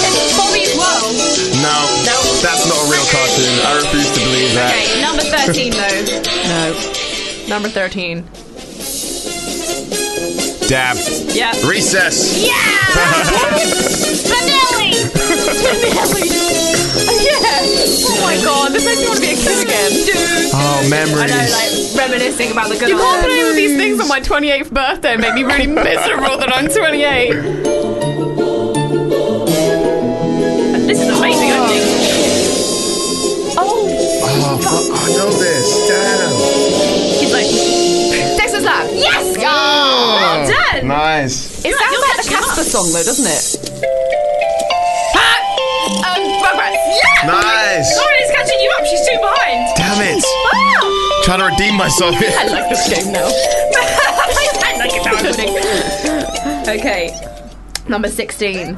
S2: It's Bobby's World.
S1: No, that's not a real cartoon. I refuse to believe that.
S6: Okay, number 13, though. no. Number 13.
S1: Dab.
S6: Yeah.
S1: Recess.
S6: Yeah! Spinelli! Spinelli! yeah! Oh my god, this makes me want to be a kid again. Dude.
S1: Oh,
S6: I
S1: memories.
S6: know, like, reminiscing about the good
S2: You
S6: old
S2: can't put any of these
S6: days.
S2: things on my 28th birthday and make me really miserable that I'm 28.
S6: This is amazing, I think.
S1: Oh, fuck, I know this. Damn.
S6: He's like, Texas Lab. Yes! Oh, well done!
S1: Nice.
S2: It sounds like the Casper song, though, doesn't it?
S6: Ah! Um, Rugrats. Yeah!
S1: Nice.
S6: Lauren's catching you up, she's too behind.
S1: Damn it.
S6: Ah!
S1: Trying to redeem myself.
S2: I like this game now.
S6: I like it now, I'm winning. [laughs] Okay, number 16.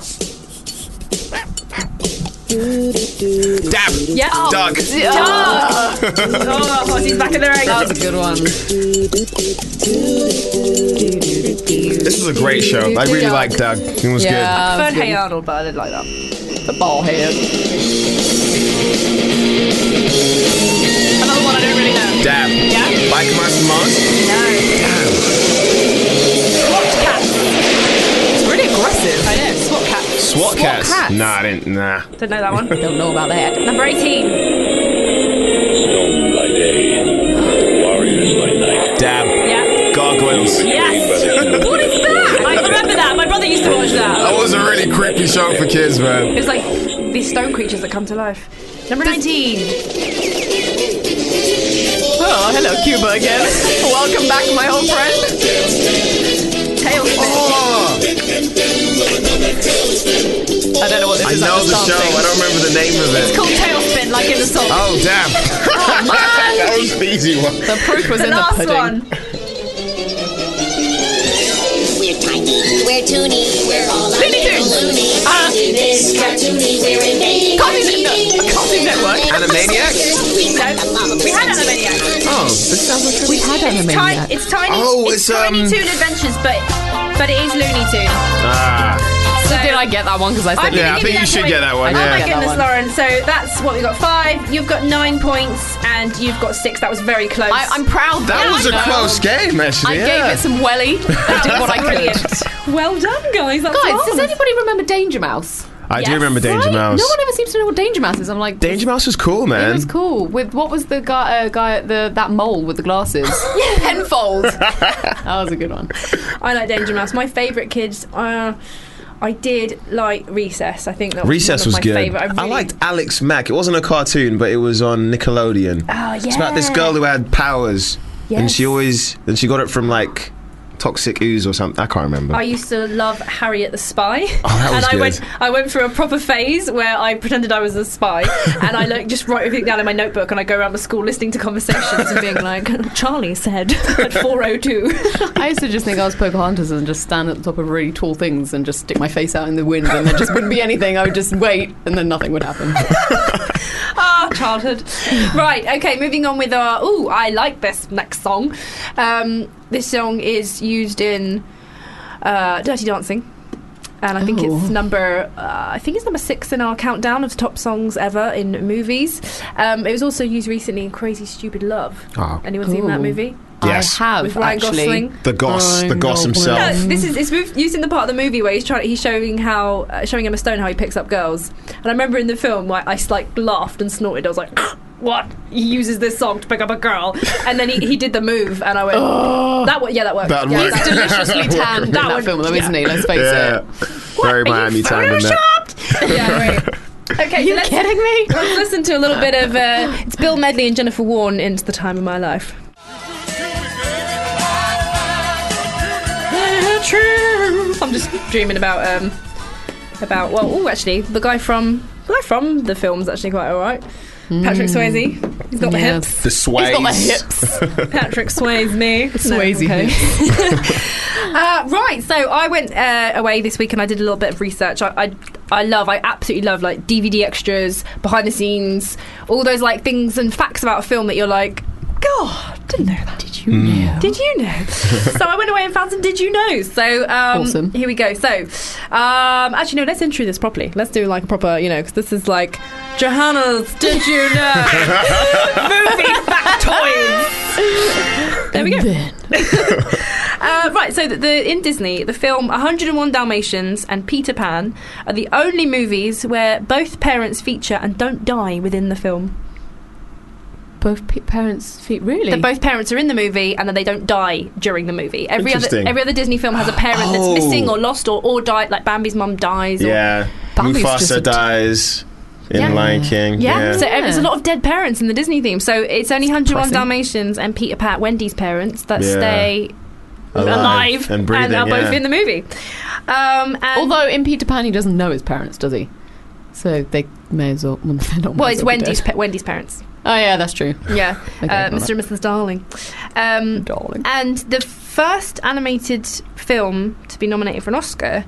S1: Dab.
S6: Yeah.
S1: Doug.
S6: Oh, oh Fozzie's back in the ring.
S2: That was a good one.
S1: This is a great show. I really uh,
S2: Doug.
S1: like Doug. It was
S2: Yeah.
S6: Preferred
S2: that was
S6: Hey Arnold, but I didn't like that.
S2: good. The ball head.
S6: Another one I don't really know.
S1: good. Dab.
S6: Yeah?
S1: Like Miles Mars.
S6: No. Swatch Cats.
S2: It's really aggressive.
S6: I know, Swatch Cats.
S1: SWAT cats.
S2: cats.
S1: Nah, I didn't. Nah.
S6: Didn't know that
S2: [laughs]
S6: one.
S2: Don't know about that.
S6: Number 18.
S11: Storm by day, warriors by night.
S1: Dab.
S6: Yeah.
S1: Gargoyles.
S6: Yes. what is that? I remember that. My brother used to watch that.
S1: That was a really creepy show for kids, man.
S6: It was like these stone creatures that come to life. Number 19.
S2: Oh, hello, Cuba again. [laughs] Welcome back, my old friend.
S6: Tailspin.
S2: Oh. I don't know what this
S1: I
S2: is. I'm
S1: know
S2: just
S1: the show.
S2: dancing.
S1: I don't remember the name of
S6: It's
S1: it.
S6: called Tailspin, like in the song.
S1: Oh,
S2: [laughs]
S1: damn. that was the easy one.
S2: The proof was
S6: the
S2: in the
S6: last
S2: pudding.
S6: one.
S9: We're tiny, we're toony, we're all a
S6: Looney
S9: little
S6: Tunes.
S9: loony.
S6: Ah.
S9: In this cartoony, we're invading.
S2: Cartoon Network. Cartoon Network.
S1: Animaniacs?
S9: We got the lava.
S6: We had Animaniacs.
S1: Oh, this sounds like
S2: We had
S6: It's
S2: Animaniacs.
S6: tiny. It's tiny.
S1: Oh,
S6: it's,
S1: it's,
S6: Tiny
S1: um,
S6: Toon Adventures, but but it is Looney Tunes.
S1: Ah.
S6: So
S2: Did I get that one? Because I
S6: I'm
S2: said
S6: gonna
S1: Yeah, I
S6: give
S1: think you
S6: that
S1: should
S6: point.
S1: get that one,
S6: Oh
S2: yeah.
S6: my
S2: Yeah, that
S6: goodness,
S2: one.
S6: Lauren! So that's what we got five. You've got nine points, and you've got six. That was very close.
S2: I, I'm proud.
S1: That was a
S2: a
S1: close game, actually.
S2: I
S1: yeah.
S2: gave it some
S1: [laughs]
S2: welly. I did what I could.
S6: Brilliant. well done, guys. That's
S2: Guys,
S6: awesome.
S2: does anybody remember Danger Mouse?
S1: I
S6: Yes.
S1: do remember Danger
S2: Right?
S1: Mouse.
S2: No one ever seems to know what Danger Mouse is. I'm like,
S1: Danger Mouse was cool,
S2: It
S1: man.
S2: was cool. With what was the guy? Uh, guy at the that mole with the
S1: [laughs]
S2: glasses. Penfold. that was a good one.
S6: I like Danger Mouse. My favourite kids. Uh, I did like Recess. I think that was
S1: Recess
S6: one of
S1: was
S6: my
S1: good.
S6: Favorite. I, really,
S1: liked Alex Mack. It wasn't a cartoon, but it was on Nickelodeon.
S6: Oh,
S1: It's about this
S6: yeah.
S1: girl who had powers, and she
S6: Yes.
S1: always and she got it from like toxic ooze or something. I can't remember.
S6: I used to love Harriet the Spy.
S1: Oh,
S6: [laughs]
S1: that was
S6: and I
S1: good.
S6: went I went through a proper phase where I pretended I was
S1: [laughs]
S6: a spy and I like just write everything down in my notebook and I go around the school listening to conversations and being like, [laughs] Charlie said at four oh two.
S2: I used to just think I was Pocahontas and just stand at the top of really tall things and just stick my face out in the wind and there just wouldn't be anything. I would just wait and then nothing would happen.
S6: Ah, [laughs] childhood. Right, okay, moving on with our ooh, I like this next song. Um, this song is used in uh, Dirty Dancing. And I think it's
S2: Oh.
S6: number, uh, I think it's number six in our countdown of top songs ever in movies. Um, it was also used recently in Crazy Stupid Love.
S1: Oh.
S6: Anyone seen that
S2: Ooh.
S6: movie?
S1: Yes.
S2: I have
S6: With Ryan
S2: actually.
S6: Gosling.
S1: the goss,
S2: I
S1: the goss
S2: know
S1: himself.
S6: No, this is it's with- used in the part of the movie where he's trying he's showing how uh, showing Emma Stone how he picks up girls. And I remember in the film like, I s- like laughed and snorted. I was like, "What? He uses this song to pick up a girl?" And then he, he did the move, and I went, "That what? Yeah, that worked.
S1: That
S6: yeah,
S1: worked.
S2: [laughs]
S6: that-
S2: He's deliciously tanned in
S6: That
S2: Oh. that,
S6: one-
S2: film, though, isn't he? Let's face
S1: yeah.
S2: it.
S1: Very
S6: Are you
S1: Miami time in that.
S6: photoshopped? yeah, right. Okay, so let's,
S2: Kidding me?
S6: [laughs] let's listen to a little bit of uh, it's Bill Medley and Jennifer Warren into the time of my life. I'm just dreaming about um about well oh actually the guy from the guy from the film's actually quite alright. Patrick Swayze. He's got the hips.
S1: The sways.
S2: He's got the [laughs] hips.
S6: Patrick Swayze me.
S2: Swayze hips.
S6: Uh, right, so I went uh, away this week and I did a little bit of research. I, I, I love, I absolutely love like DVD extras, behind the scenes, all those like things and facts about a film that you're like, God,
S9: God, didn't know that. Did
S2: Hmm.
S9: you know? Did you know? [laughs] so I went away and found some did you know. So um,
S2: Awesome.
S9: Here we go. So um, actually, no, let's intro this properly. Let's do like a proper, you know, because this is like Johanna's did you know movie factoids. there we go. uh, right. So the, the in Disney, the film 101 Dalmatians and Peter Pan are the only movies where both parents feature and don't die within the film.
S2: Both p- parents' feet, really?
S9: That both parents are in the movie and that they don't die during the movie. Every other
S2: Interesting.
S9: every other Disney film has a parent
S3: Oh.
S9: that's missing or lost or or died. Like Bambi's mum dies. Or,
S3: Yeah.
S9: Bambi's just a
S3: Mufasa dies in
S9: Yeah.
S3: Lion King.
S9: yeah.
S3: Yeah.
S9: So there's a lot of dead parents in the Disney theme. So it's only 101
S3: depressing.
S9: Dalmatians and Peter Pat, Wendy's parents, that
S3: Yeah.
S9: stay alive,
S3: Alive and breathing,
S9: are
S2: yeah.
S9: both in the movie. Um, and
S2: Although in Peter Pan, he doesn't know his parents, does he? So they may as well. [laughs] Well, they're not
S9: well,
S2: may
S9: it's
S2: as well be
S9: Wendy's
S2: dead.
S9: pa- Wendy's parents.
S2: Oh yeah, that's true.
S9: Yeah,
S2: [laughs] Okay,
S9: uh,
S2: all
S9: Mr. and Mrs. Darling. Um,
S2: Darling.
S9: And the first animated film to be nominated for an Oscar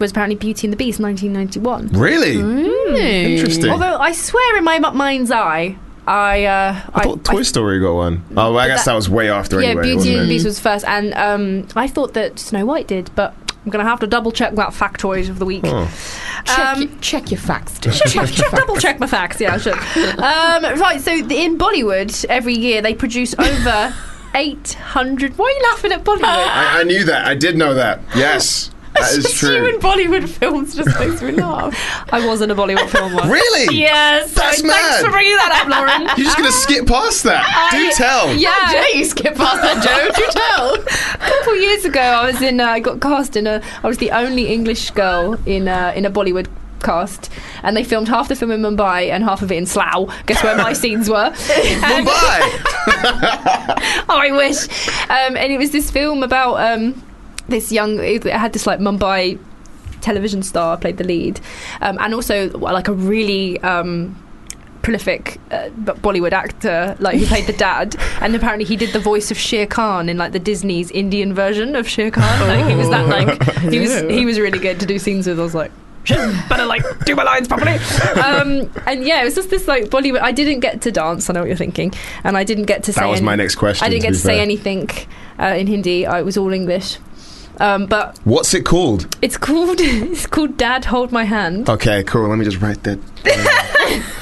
S9: was apparently Beauty and the Beast, 1991.
S3: Really?
S2: Hmm.
S9: Mm.
S3: Interesting.
S9: Although I swear in my m- mind's eye, I uh, I,
S3: Toy Story got one. Oh, well, I guess
S9: that-
S3: that, was way after
S9: yeah,
S3: anyway.
S9: Beauty
S3: wasn't
S9: and the
S3: it?
S9: Beast was first, and um, I thought that Snow White did, but I'm gonna have to double check that factoid of the week. [laughs]
S3: Oh.
S9: Check,
S2: check your facts.
S9: [laughs] Check, my- check-
S2: [laughs]
S9: double check my facts. Yeah, I should. Um, right. So the, in Bollywood, every year they produce over 800. Why are you laughing
S3: [laughs]
S9: at Bollywood?
S3: I, I knew that. I did know
S9: [laughs]
S3: that. Yes. That is
S9: Just you
S3: true.
S9: and Bollywood films just makes me laugh. [laughs] I was in a Bollywood film once.
S3: Really?
S9: Yes.
S3: That's
S9: Thanks
S3: mad.
S9: for bringing that up, Lauren.
S2: [laughs]
S3: You're just going to skip past that.
S9: I-
S3: Do tell.
S9: Yeah,
S2: How dare you skip past that, Joe? [laughs] Do
S9: tell. A couple years ago, I was in. Uh, I got cast in a. I was the only English girl in uh, in a Bollywood cast, and they filmed half the film in Mumbai and half of it in Slough. Guess where my scenes were? And- [laughs] oh, I wish. Um, and it was this film about um, this young. It had this like Mumbai television star played the lead, um, and also well, like a really. Um, prolific uh, b- Bollywood actor, like who played the dad, and apparently he did the voice of Shere Khan in like the Disney's Indian version
S3: [laughs]
S9: of Shere Khan.
S3: Oh.
S9: Like he was that like he was
S2: Ew.
S9: he was really good to do scenes with. I was like. "Shit, Better like do my lines properly, [laughs] um, and yeah, it was just this like Bollywood. I didn't get to dance. I know what you're thinking, and I didn't get to
S3: That
S9: say.
S3: was my next question,
S9: I didn't
S3: to
S9: get
S3: be
S9: to say
S3: fair.
S9: anything uh, in Hindi. I, it was all English, um, but
S3: What's it called?
S9: it's called [laughs] it's called Dad Hold My Hand.
S3: Okay, cool. Let me just write
S9: [laughs]
S3: that.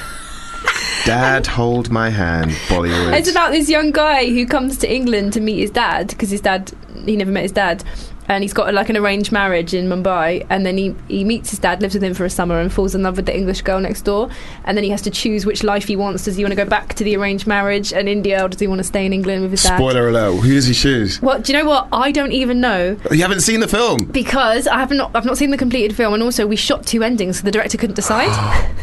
S3: Dad, hold my hand, Bollywood.
S9: It's about this young guy who comes to England to meet his dad because his dad he never met his dad, and he's got like an arranged marriage in Mumbai, and then he he meets his dad, lives with him for a summer, and falls in love with the English girl next door, and then he has to choose which life he wants. Does he want to go back to the arranged marriage and India, or does he want to stay in England with his dad?
S3: Spoiler alert. Who does he choose?
S9: Well, do you know what? I don't even know
S3: You haven't seen the
S9: [laughs]
S3: film.
S9: because I have not. I've not seen the completed film, and also we shot two endings, so the director
S2: [gasps]
S9: couldn't decide.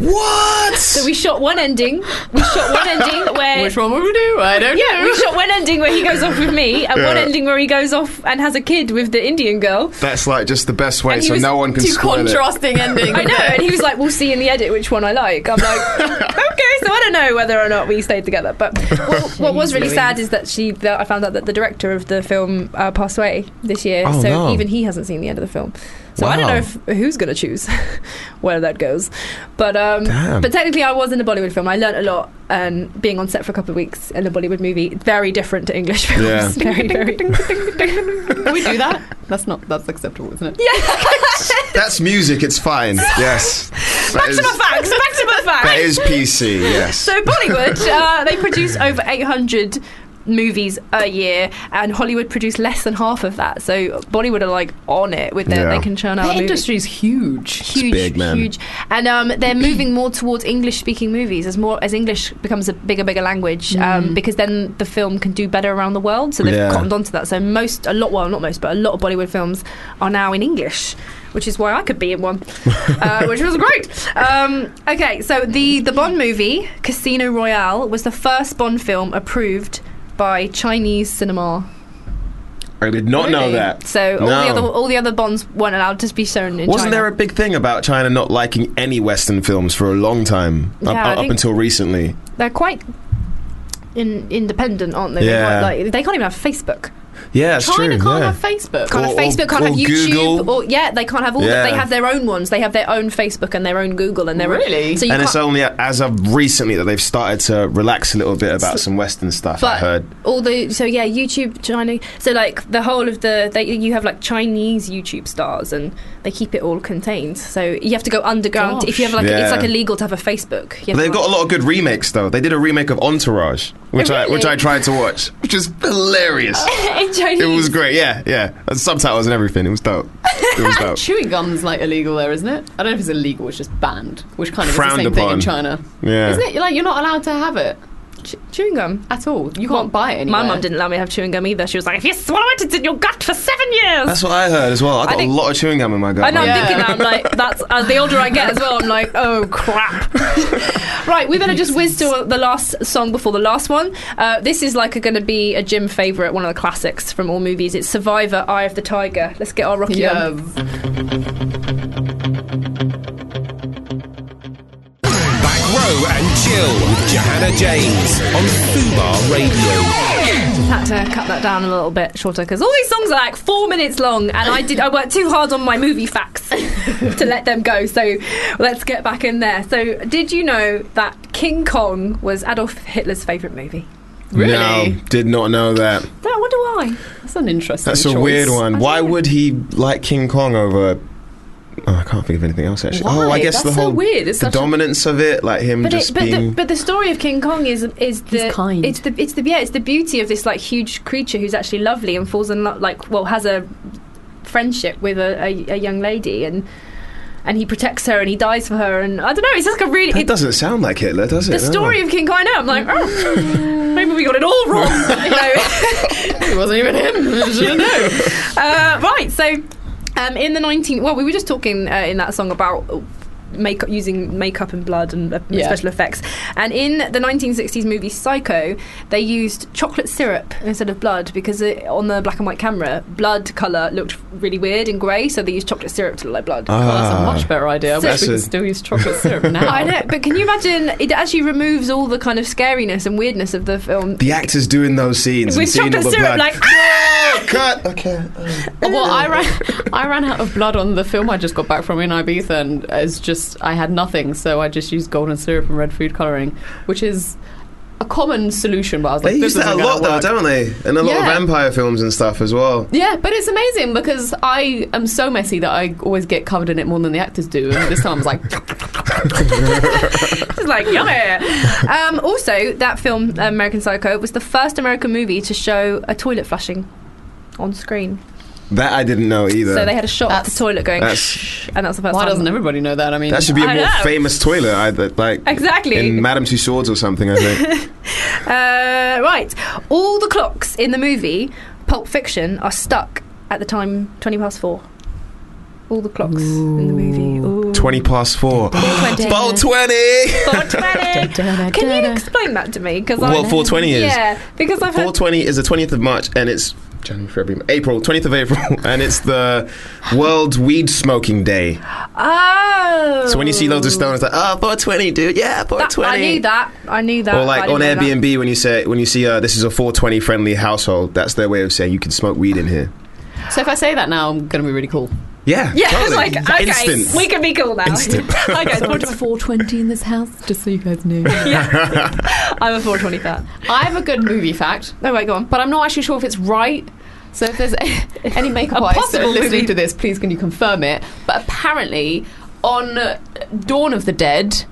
S3: what? So
S9: we shot one ending. We shot
S2: [laughs]
S9: one ending where
S2: Which one would we do? I don't
S9: yeah,
S2: know.
S9: we shot one ending where he goes off with me, and one
S3: Yeah.
S9: ending where he goes off and has a kid with the Indian girl.
S3: That's like just the best way,
S9: And he
S3: so
S9: was
S3: no one can
S9: too
S3: spoil
S9: contrasting
S3: it.
S2: ending.
S9: [laughs] I know, and he was like, "We'll see in the edit which one I like." I'm
S2: [laughs]
S9: like, "Okay." So I don't know whether or not we stayed together, but
S2: [laughs]
S9: what, what was really sad is that she. That I found out that the director of the film uh, passed away this year,
S2: Oh,
S9: so
S2: no.
S9: even he hasn't seen the end of the film. So I don't
S2: Wow.
S9: know if, who's going to choose [laughs] where that goes, but um,
S2: Damn.
S9: but technically I was in a Bollywood film. I learnt a lot, and being on set for a couple of weeks in a Bollywood movie, very different to English [laughs] films.
S2: Yeah.
S9: very, very.
S2: Can we do that? That's not. That's acceptable, isn't it?
S3: That's music. It's fine. Yes. That
S9: Back
S3: is,
S9: to my facts. Back to my facts.
S3: that is PC. Yes.
S9: So Bollywood, uh, they produce over 800 movies a year, and Hollywood produce less than half of that. So Bollywood are like on it with their
S2: Yeah.
S9: they can churn out.
S2: Their
S9: industry's
S2: huge,
S9: huge,
S2: big, man.
S9: huge, and um, they're moving more towards English-speaking movies as more as English becomes a bigger, bigger language, um, because then the film can do better around the world. So they've
S2: Mm. Yeah.
S9: cottoned onto that. So most, a lot, well, not most, but a lot of Bollywood films are now in English. Which is why I could be in
S2: [laughs]
S9: one, uh, which was great. Um, okay, so the the Bond movie Casino Royale was the first Bond film approved by Chinese cinema.
S3: I did not know
S9: Really?
S3: that.
S9: So all
S3: no.
S9: the other all the other Bonds weren't allowed to be shown in
S3: Wasn't
S9: China.
S3: there a big thing about China not liking any Western films for a long time?
S9: Yeah,
S3: up,
S9: I
S3: up
S9: think-
S3: until recently.
S9: They're quite in, independent, aren't they? They're
S3: Yeah.
S9: quite, like, they can't even have Facebook.
S3: Yeah, that's
S9: China
S3: true.
S9: can't
S3: yeah.
S9: have
S2: Facebook.
S9: Can't
S3: Or-
S9: have
S3: or-
S9: Facebook, can't
S3: or
S9: have YouTube,
S3: Google.
S9: or yeah, they can't have all.
S3: Yeah.
S9: That. They have their own ones. They have their own Facebook and their own Google and their really. Own, so you
S3: and
S9: can't,
S3: it's only as of recently that they've started to relax a little bit about some Western stuff. I heard.
S9: all the so yeah, YouTube China. So like the whole of the they, you have like Chinese YouTube stars and they keep it all contained. So you have to go underground if you have like
S3: Gosh.
S9: it's like
S3: Yeah.
S9: illegal to have a Facebook. You
S3: But
S9: have
S3: they've
S9: to
S3: got a lot of good remakes though. They did a remake of Entourage, which I which
S9: really?
S3: I tried to watch, which is
S9: [laughs]
S3: hilarious.
S9: In Chinese.
S3: It was great. Yeah, yeah. And subtitles and everything. It was dope. It was
S9: [laughs]
S3: dope.
S2: Chewing gum's like illegal there, isn't it? I don't know if it's illegal, it's just banned, which kind of is
S3: Frowned
S2: the same thing
S3: upon.
S2: in China.
S3: Yeah.
S2: Isn't it? Like, you're not allowed to have it.
S9: chewing gum?
S2: At all. You can't buy it
S9: My
S2: anywhere.
S9: mum didn't allow me to have chewing gum either. She was like, if you swallow it, it's in your gut for seven years.
S3: That's what I heard as well. I
S9: I
S3: got
S9: think-
S3: a lot of chewing gum in my gut.
S9: I know. I'm
S3: man.
S9: thinking
S3: [laughs]
S9: that. I'm like, that's uh, the older I get as well. I'm like, oh
S3: [laughs]
S9: crap. right, we better just whiz to the last song before the last one. Uh, this is like going to be a gym favorite, one of the classics from all movies. It's Survivor, Eye of the Tiger. Let's get our Rocky um, on.
S1: Back row and chill with Johanna James on Fubar Radio.
S9: Just had to cut that down a little bit shorter because all these songs are like four minutes long, and I did I worked too hard on my movie facts to let them go. So let's get back in there. So did you know that King Kong was Adolf Hitler's favorite movie?
S3: No, did not know that.
S9: Don't wonder why.
S2: That's an interesting
S3: That's a weird one. Why would he like King Kong over? Oh, I can't think of anything else actually. Oh,
S9: Why?
S3: I guess
S9: That's
S3: the
S9: so
S3: whole
S9: weird. It's
S3: the
S9: such a-
S3: dominance of it, like him
S9: But,
S3: just
S9: it, but,
S3: being.
S9: the, but the story of King Kong is is the it's the it's the yeah it's the beauty of this like huge creature who's actually lovely and falls in love like well has a friendship with a, a, a young lady and and he protects her and he dies for her and I don't know it's just like a really
S3: that
S9: it,
S3: doesn't sound like Hitler, does it?
S9: the story of King Kong I know I'm like oh, maybe we got it all wrong you know
S2: it wasn't even him
S9: [laughs] you know uh, right so um, in the 19 well we were just talking uh, in that song about makeup using makeup and blood and uh,
S2: Yeah.
S9: special effects and in the 1960s movie psycho they used chocolate syrup instead of blood because it, on the black and white camera blood color looked really weird and grey so they used chocolate syrup to look like blood
S2: Oh, that's a much better idea. I
S9: So-
S2: wish we could still use chocolate syrup now.
S9: [laughs] I know, but can you imagine? It actually removes all the kind of scariness and weirdness of the film.
S3: the actors doing those scenes and
S9: With
S3: seeing all
S9: chocolate
S3: the
S9: syrup,
S3: blood.
S9: like, ah!
S3: [laughs]
S9: oh,
S3: cut. Okay.
S2: well, I
S3: [laughs]
S2: ran, I ran out of blood on the film I just got back from in Ibiza, and it's just I had nothing, so I just used golden syrup and red food coloring, which is a common solution. But I was like,
S3: they
S2: this
S3: use that a
S2: isn't gonna
S3: lot though,
S2: work.
S3: don't they? And a lot of
S2: Yeah.
S3: vampire films and stuff as well.
S2: Yeah, but it's amazing because I am so messy that I always get covered in it more than the actors do. And this time I was
S3: [laughs]
S2: like,
S9: It's [laughs] like yummy. um, also, that film American Psycho was the first American movie to show a toilet flushing on screen.
S3: That I didn't know either.
S9: So they had a shot of the toilet going,
S3: That's-
S9: and that's the first.
S2: why
S9: time.
S2: doesn't everybody know that? I mean,
S3: that should be a
S9: I
S3: more
S9: know.
S3: famous toilet, either, like
S9: Exactly.
S3: in Madame Two Swords or something. I
S9: [laughs]
S3: think.
S9: Uh, right, all the clocks in the movie Pulp Fiction are stuck at the time twenty past four. All the clocks in the movie. Ooh.
S3: Twenty past four.
S9: [gasps]
S3: Bolt
S9: [laughs]
S3: twenty.
S9: Four twenty. Can you explain that to me? Because
S3: What 420 is?
S9: Yeah, because I've
S3: Four
S9: had
S3: twenty is the twentieth of March, and it's January, February, April, twentieth of April, [laughs] and it's the World Weed Smoking Day.
S9: oh.
S3: So when you see loads of stones, like ah, oh, 420, dude, yeah,
S9: That-
S3: 420.
S9: I knew that. I knew that.
S3: Or
S9: I
S3: like
S9: didn't
S3: on
S9: know that.
S3: Airbnb when you say when you see uh, this is a 420 friendly household, that's their way of saying you can smoke weed in here.
S2: so if I say that now, I'm going to be really
S3: [laughs]
S2: cool.
S3: Yeah,
S9: [laughs]
S3: totally. instant.
S9: we can be cool now.
S3: Instant.
S9: okay,
S2: So it's 420 in this house, just so you guys know.
S9: I'm a 420 fan.
S2: I have a good movie fact.
S9: No, wait, go on.
S2: But I'm not actually sure if it's right. So if there's [laughs] any makeup
S9: A
S2: artist that are
S9: possible
S2: listening
S9: movie.
S2: to this, please can you confirm it? But apparently, on uh, Dawn of the Dead,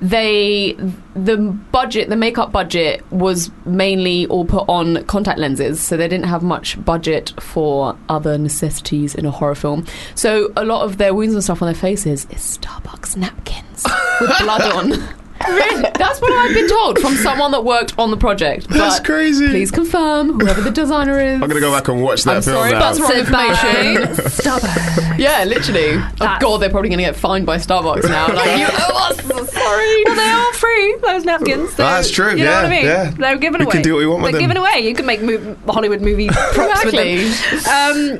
S2: they the budget, the makeup budget was mainly all put on contact lenses, so they didn't have much budget for other necessities in a horror film. So a lot of their wounds and stuff on their faces is Starbucks napkins [laughs] with
S3: [laughs]
S2: blood on. That's what I've been told from someone that worked on the project.
S3: That's
S2: But
S3: crazy.
S2: Please confirm whoever the designer is.
S3: I'm gonna go back and watch that
S2: I'm
S3: film
S2: sorry,
S3: now.
S2: that's wrong information.
S9: [laughs] Stop it.
S2: yeah, literally. Oh god, they're probably gonna get fined by Starbucks
S3: [laughs]
S2: now. Like you
S9: [laughs]
S2: owe us. Sorry.
S9: Well, they are free, those napkins. So,
S3: Ah, that's true,
S9: You know
S3: yeah,
S9: what I mean?
S3: yeah.
S9: They're given
S3: We
S9: away.
S3: can do what we want
S9: They're
S3: with them.
S9: given away. You can make mov- Hollywood movie props with them.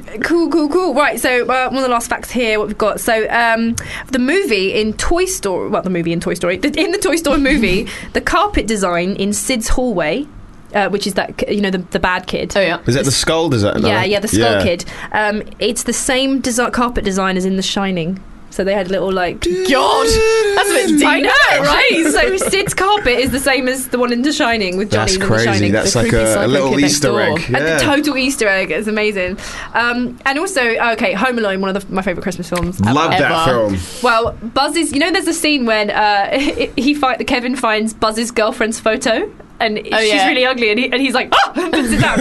S9: Um, cool, cool, cool. Right, so uh, one of the last facts here, what we've got. So um, the movie in Toy [laughs] Story, well, the movie in Toy Story, the, in the Toy Story movie, the carpet design in Sid's hallway uh, which is that you know the, the bad kid. Oh yeah.
S6: Is that the skull? Does that?
S9: Yeah, yeah, the Skull Kid. Um, it's the same desi- carpet design as in The Shining. So they had little like God,
S3: [laughs]
S2: that's a bit deep.
S9: I know,
S2: now.
S9: right?
S6: [laughs]
S9: So Sid's carpet is the same as the one in The Shining with Johnny
S6: That's
S9: in
S6: crazy.
S9: The Shining.
S6: That's
S9: The
S6: like
S9: creepy
S6: a- a
S9: psycho
S6: little
S9: kid next
S6: Easter
S9: door.
S6: egg.
S9: And
S6: Yeah.
S9: the total Easter egg. It's amazing. Um, and also, okay, Home Alone, one of the, my favorite Christmas films.
S6: Love that
S9: ever.
S6: film.
S9: Well, Buzz's. You know, there's a scene when uh, [laughs] he fight Kevin finds Buzz's girlfriend's photo. And
S2: Oh,
S9: she's
S2: yeah.
S9: really ugly, and, he, and he's like, ah, and puts it down.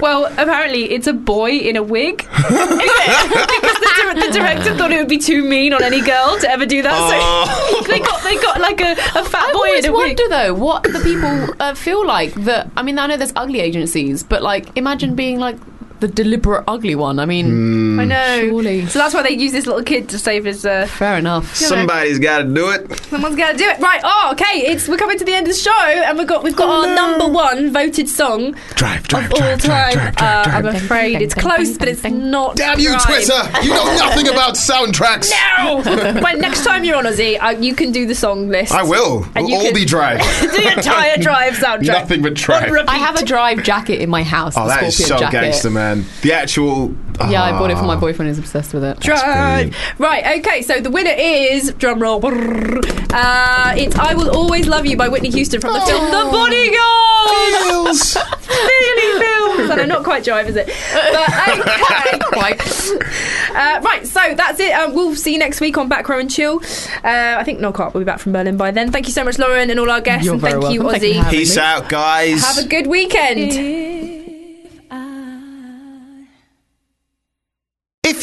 S9: well, apparently it's a boy in a wig, Is it? [laughs] because the, dir- the director thought it would be too mean on any girl to ever do that. So [laughs] they got they got like a, a fat boy
S2: always
S9: in a wig.
S2: wonder though what the people uh, feel like. That I mean, I know there's ugly agencies, but like, imagine being like the deliberate ugly one. I mean,
S3: Hmm.
S9: I know.
S2: Surely.
S9: So that's why they use this little kid to save his. Uh,
S2: Fair enough.
S6: Somebody's got to do it.
S9: Someone's gonna do it, right? Oh, okay. It's we're coming to the end of the show, and we've got we've got
S2: Oh,
S9: our number one voted song
S6: Drive, drive,
S9: of all
S6: drive, drive,
S9: time.
S6: drive, drive,
S9: uh,
S6: drive.
S9: I'm afraid it's close, but it's not.
S3: Damn you,
S9: right.
S3: Twitter! You
S9: [laughs]
S3: know nothing about soundtracks.
S9: No. But next time you're on Ozzy, uh, you can do the song list.
S3: I will.
S9: And
S3: we'll
S9: you
S3: all
S9: can
S3: be drive.
S9: [laughs] do
S3: [laughs]
S9: your entire drive soundtrack.
S3: Nothing but drive.
S2: I have a drive jacket in my house.
S3: Oh,
S2: the
S3: that
S2: scorpion
S3: is so
S2: jacket.
S3: gangster, man. The actual.
S2: Yeah, I bought it for my
S3: Ah.
S2: boyfriend. He's obsessed with it.
S9: Drive. Right, okay, so the winner is drum roll. brrr, Uh, it's I Will Always Love You by Whitney Houston from the film The Bodyguard.
S3: Oh.
S9: [laughs]
S3: Feels.
S9: Clearly feels. I know, not quite drive, is it?
S3: [laughs]
S9: But okay. Uh, right, so that's it. Um, we'll see you next week on Back Row and Chill. Uh, I think Knockart will be back from Berlin by then. Thank you so much, Lauren, and all our guests.
S2: You're
S9: and
S2: very
S9: thank you,
S2: welcome. Thank you
S9: Ozzy.
S2: for having
S6: Peace out, guys.
S9: Have a good weekend.
S1: If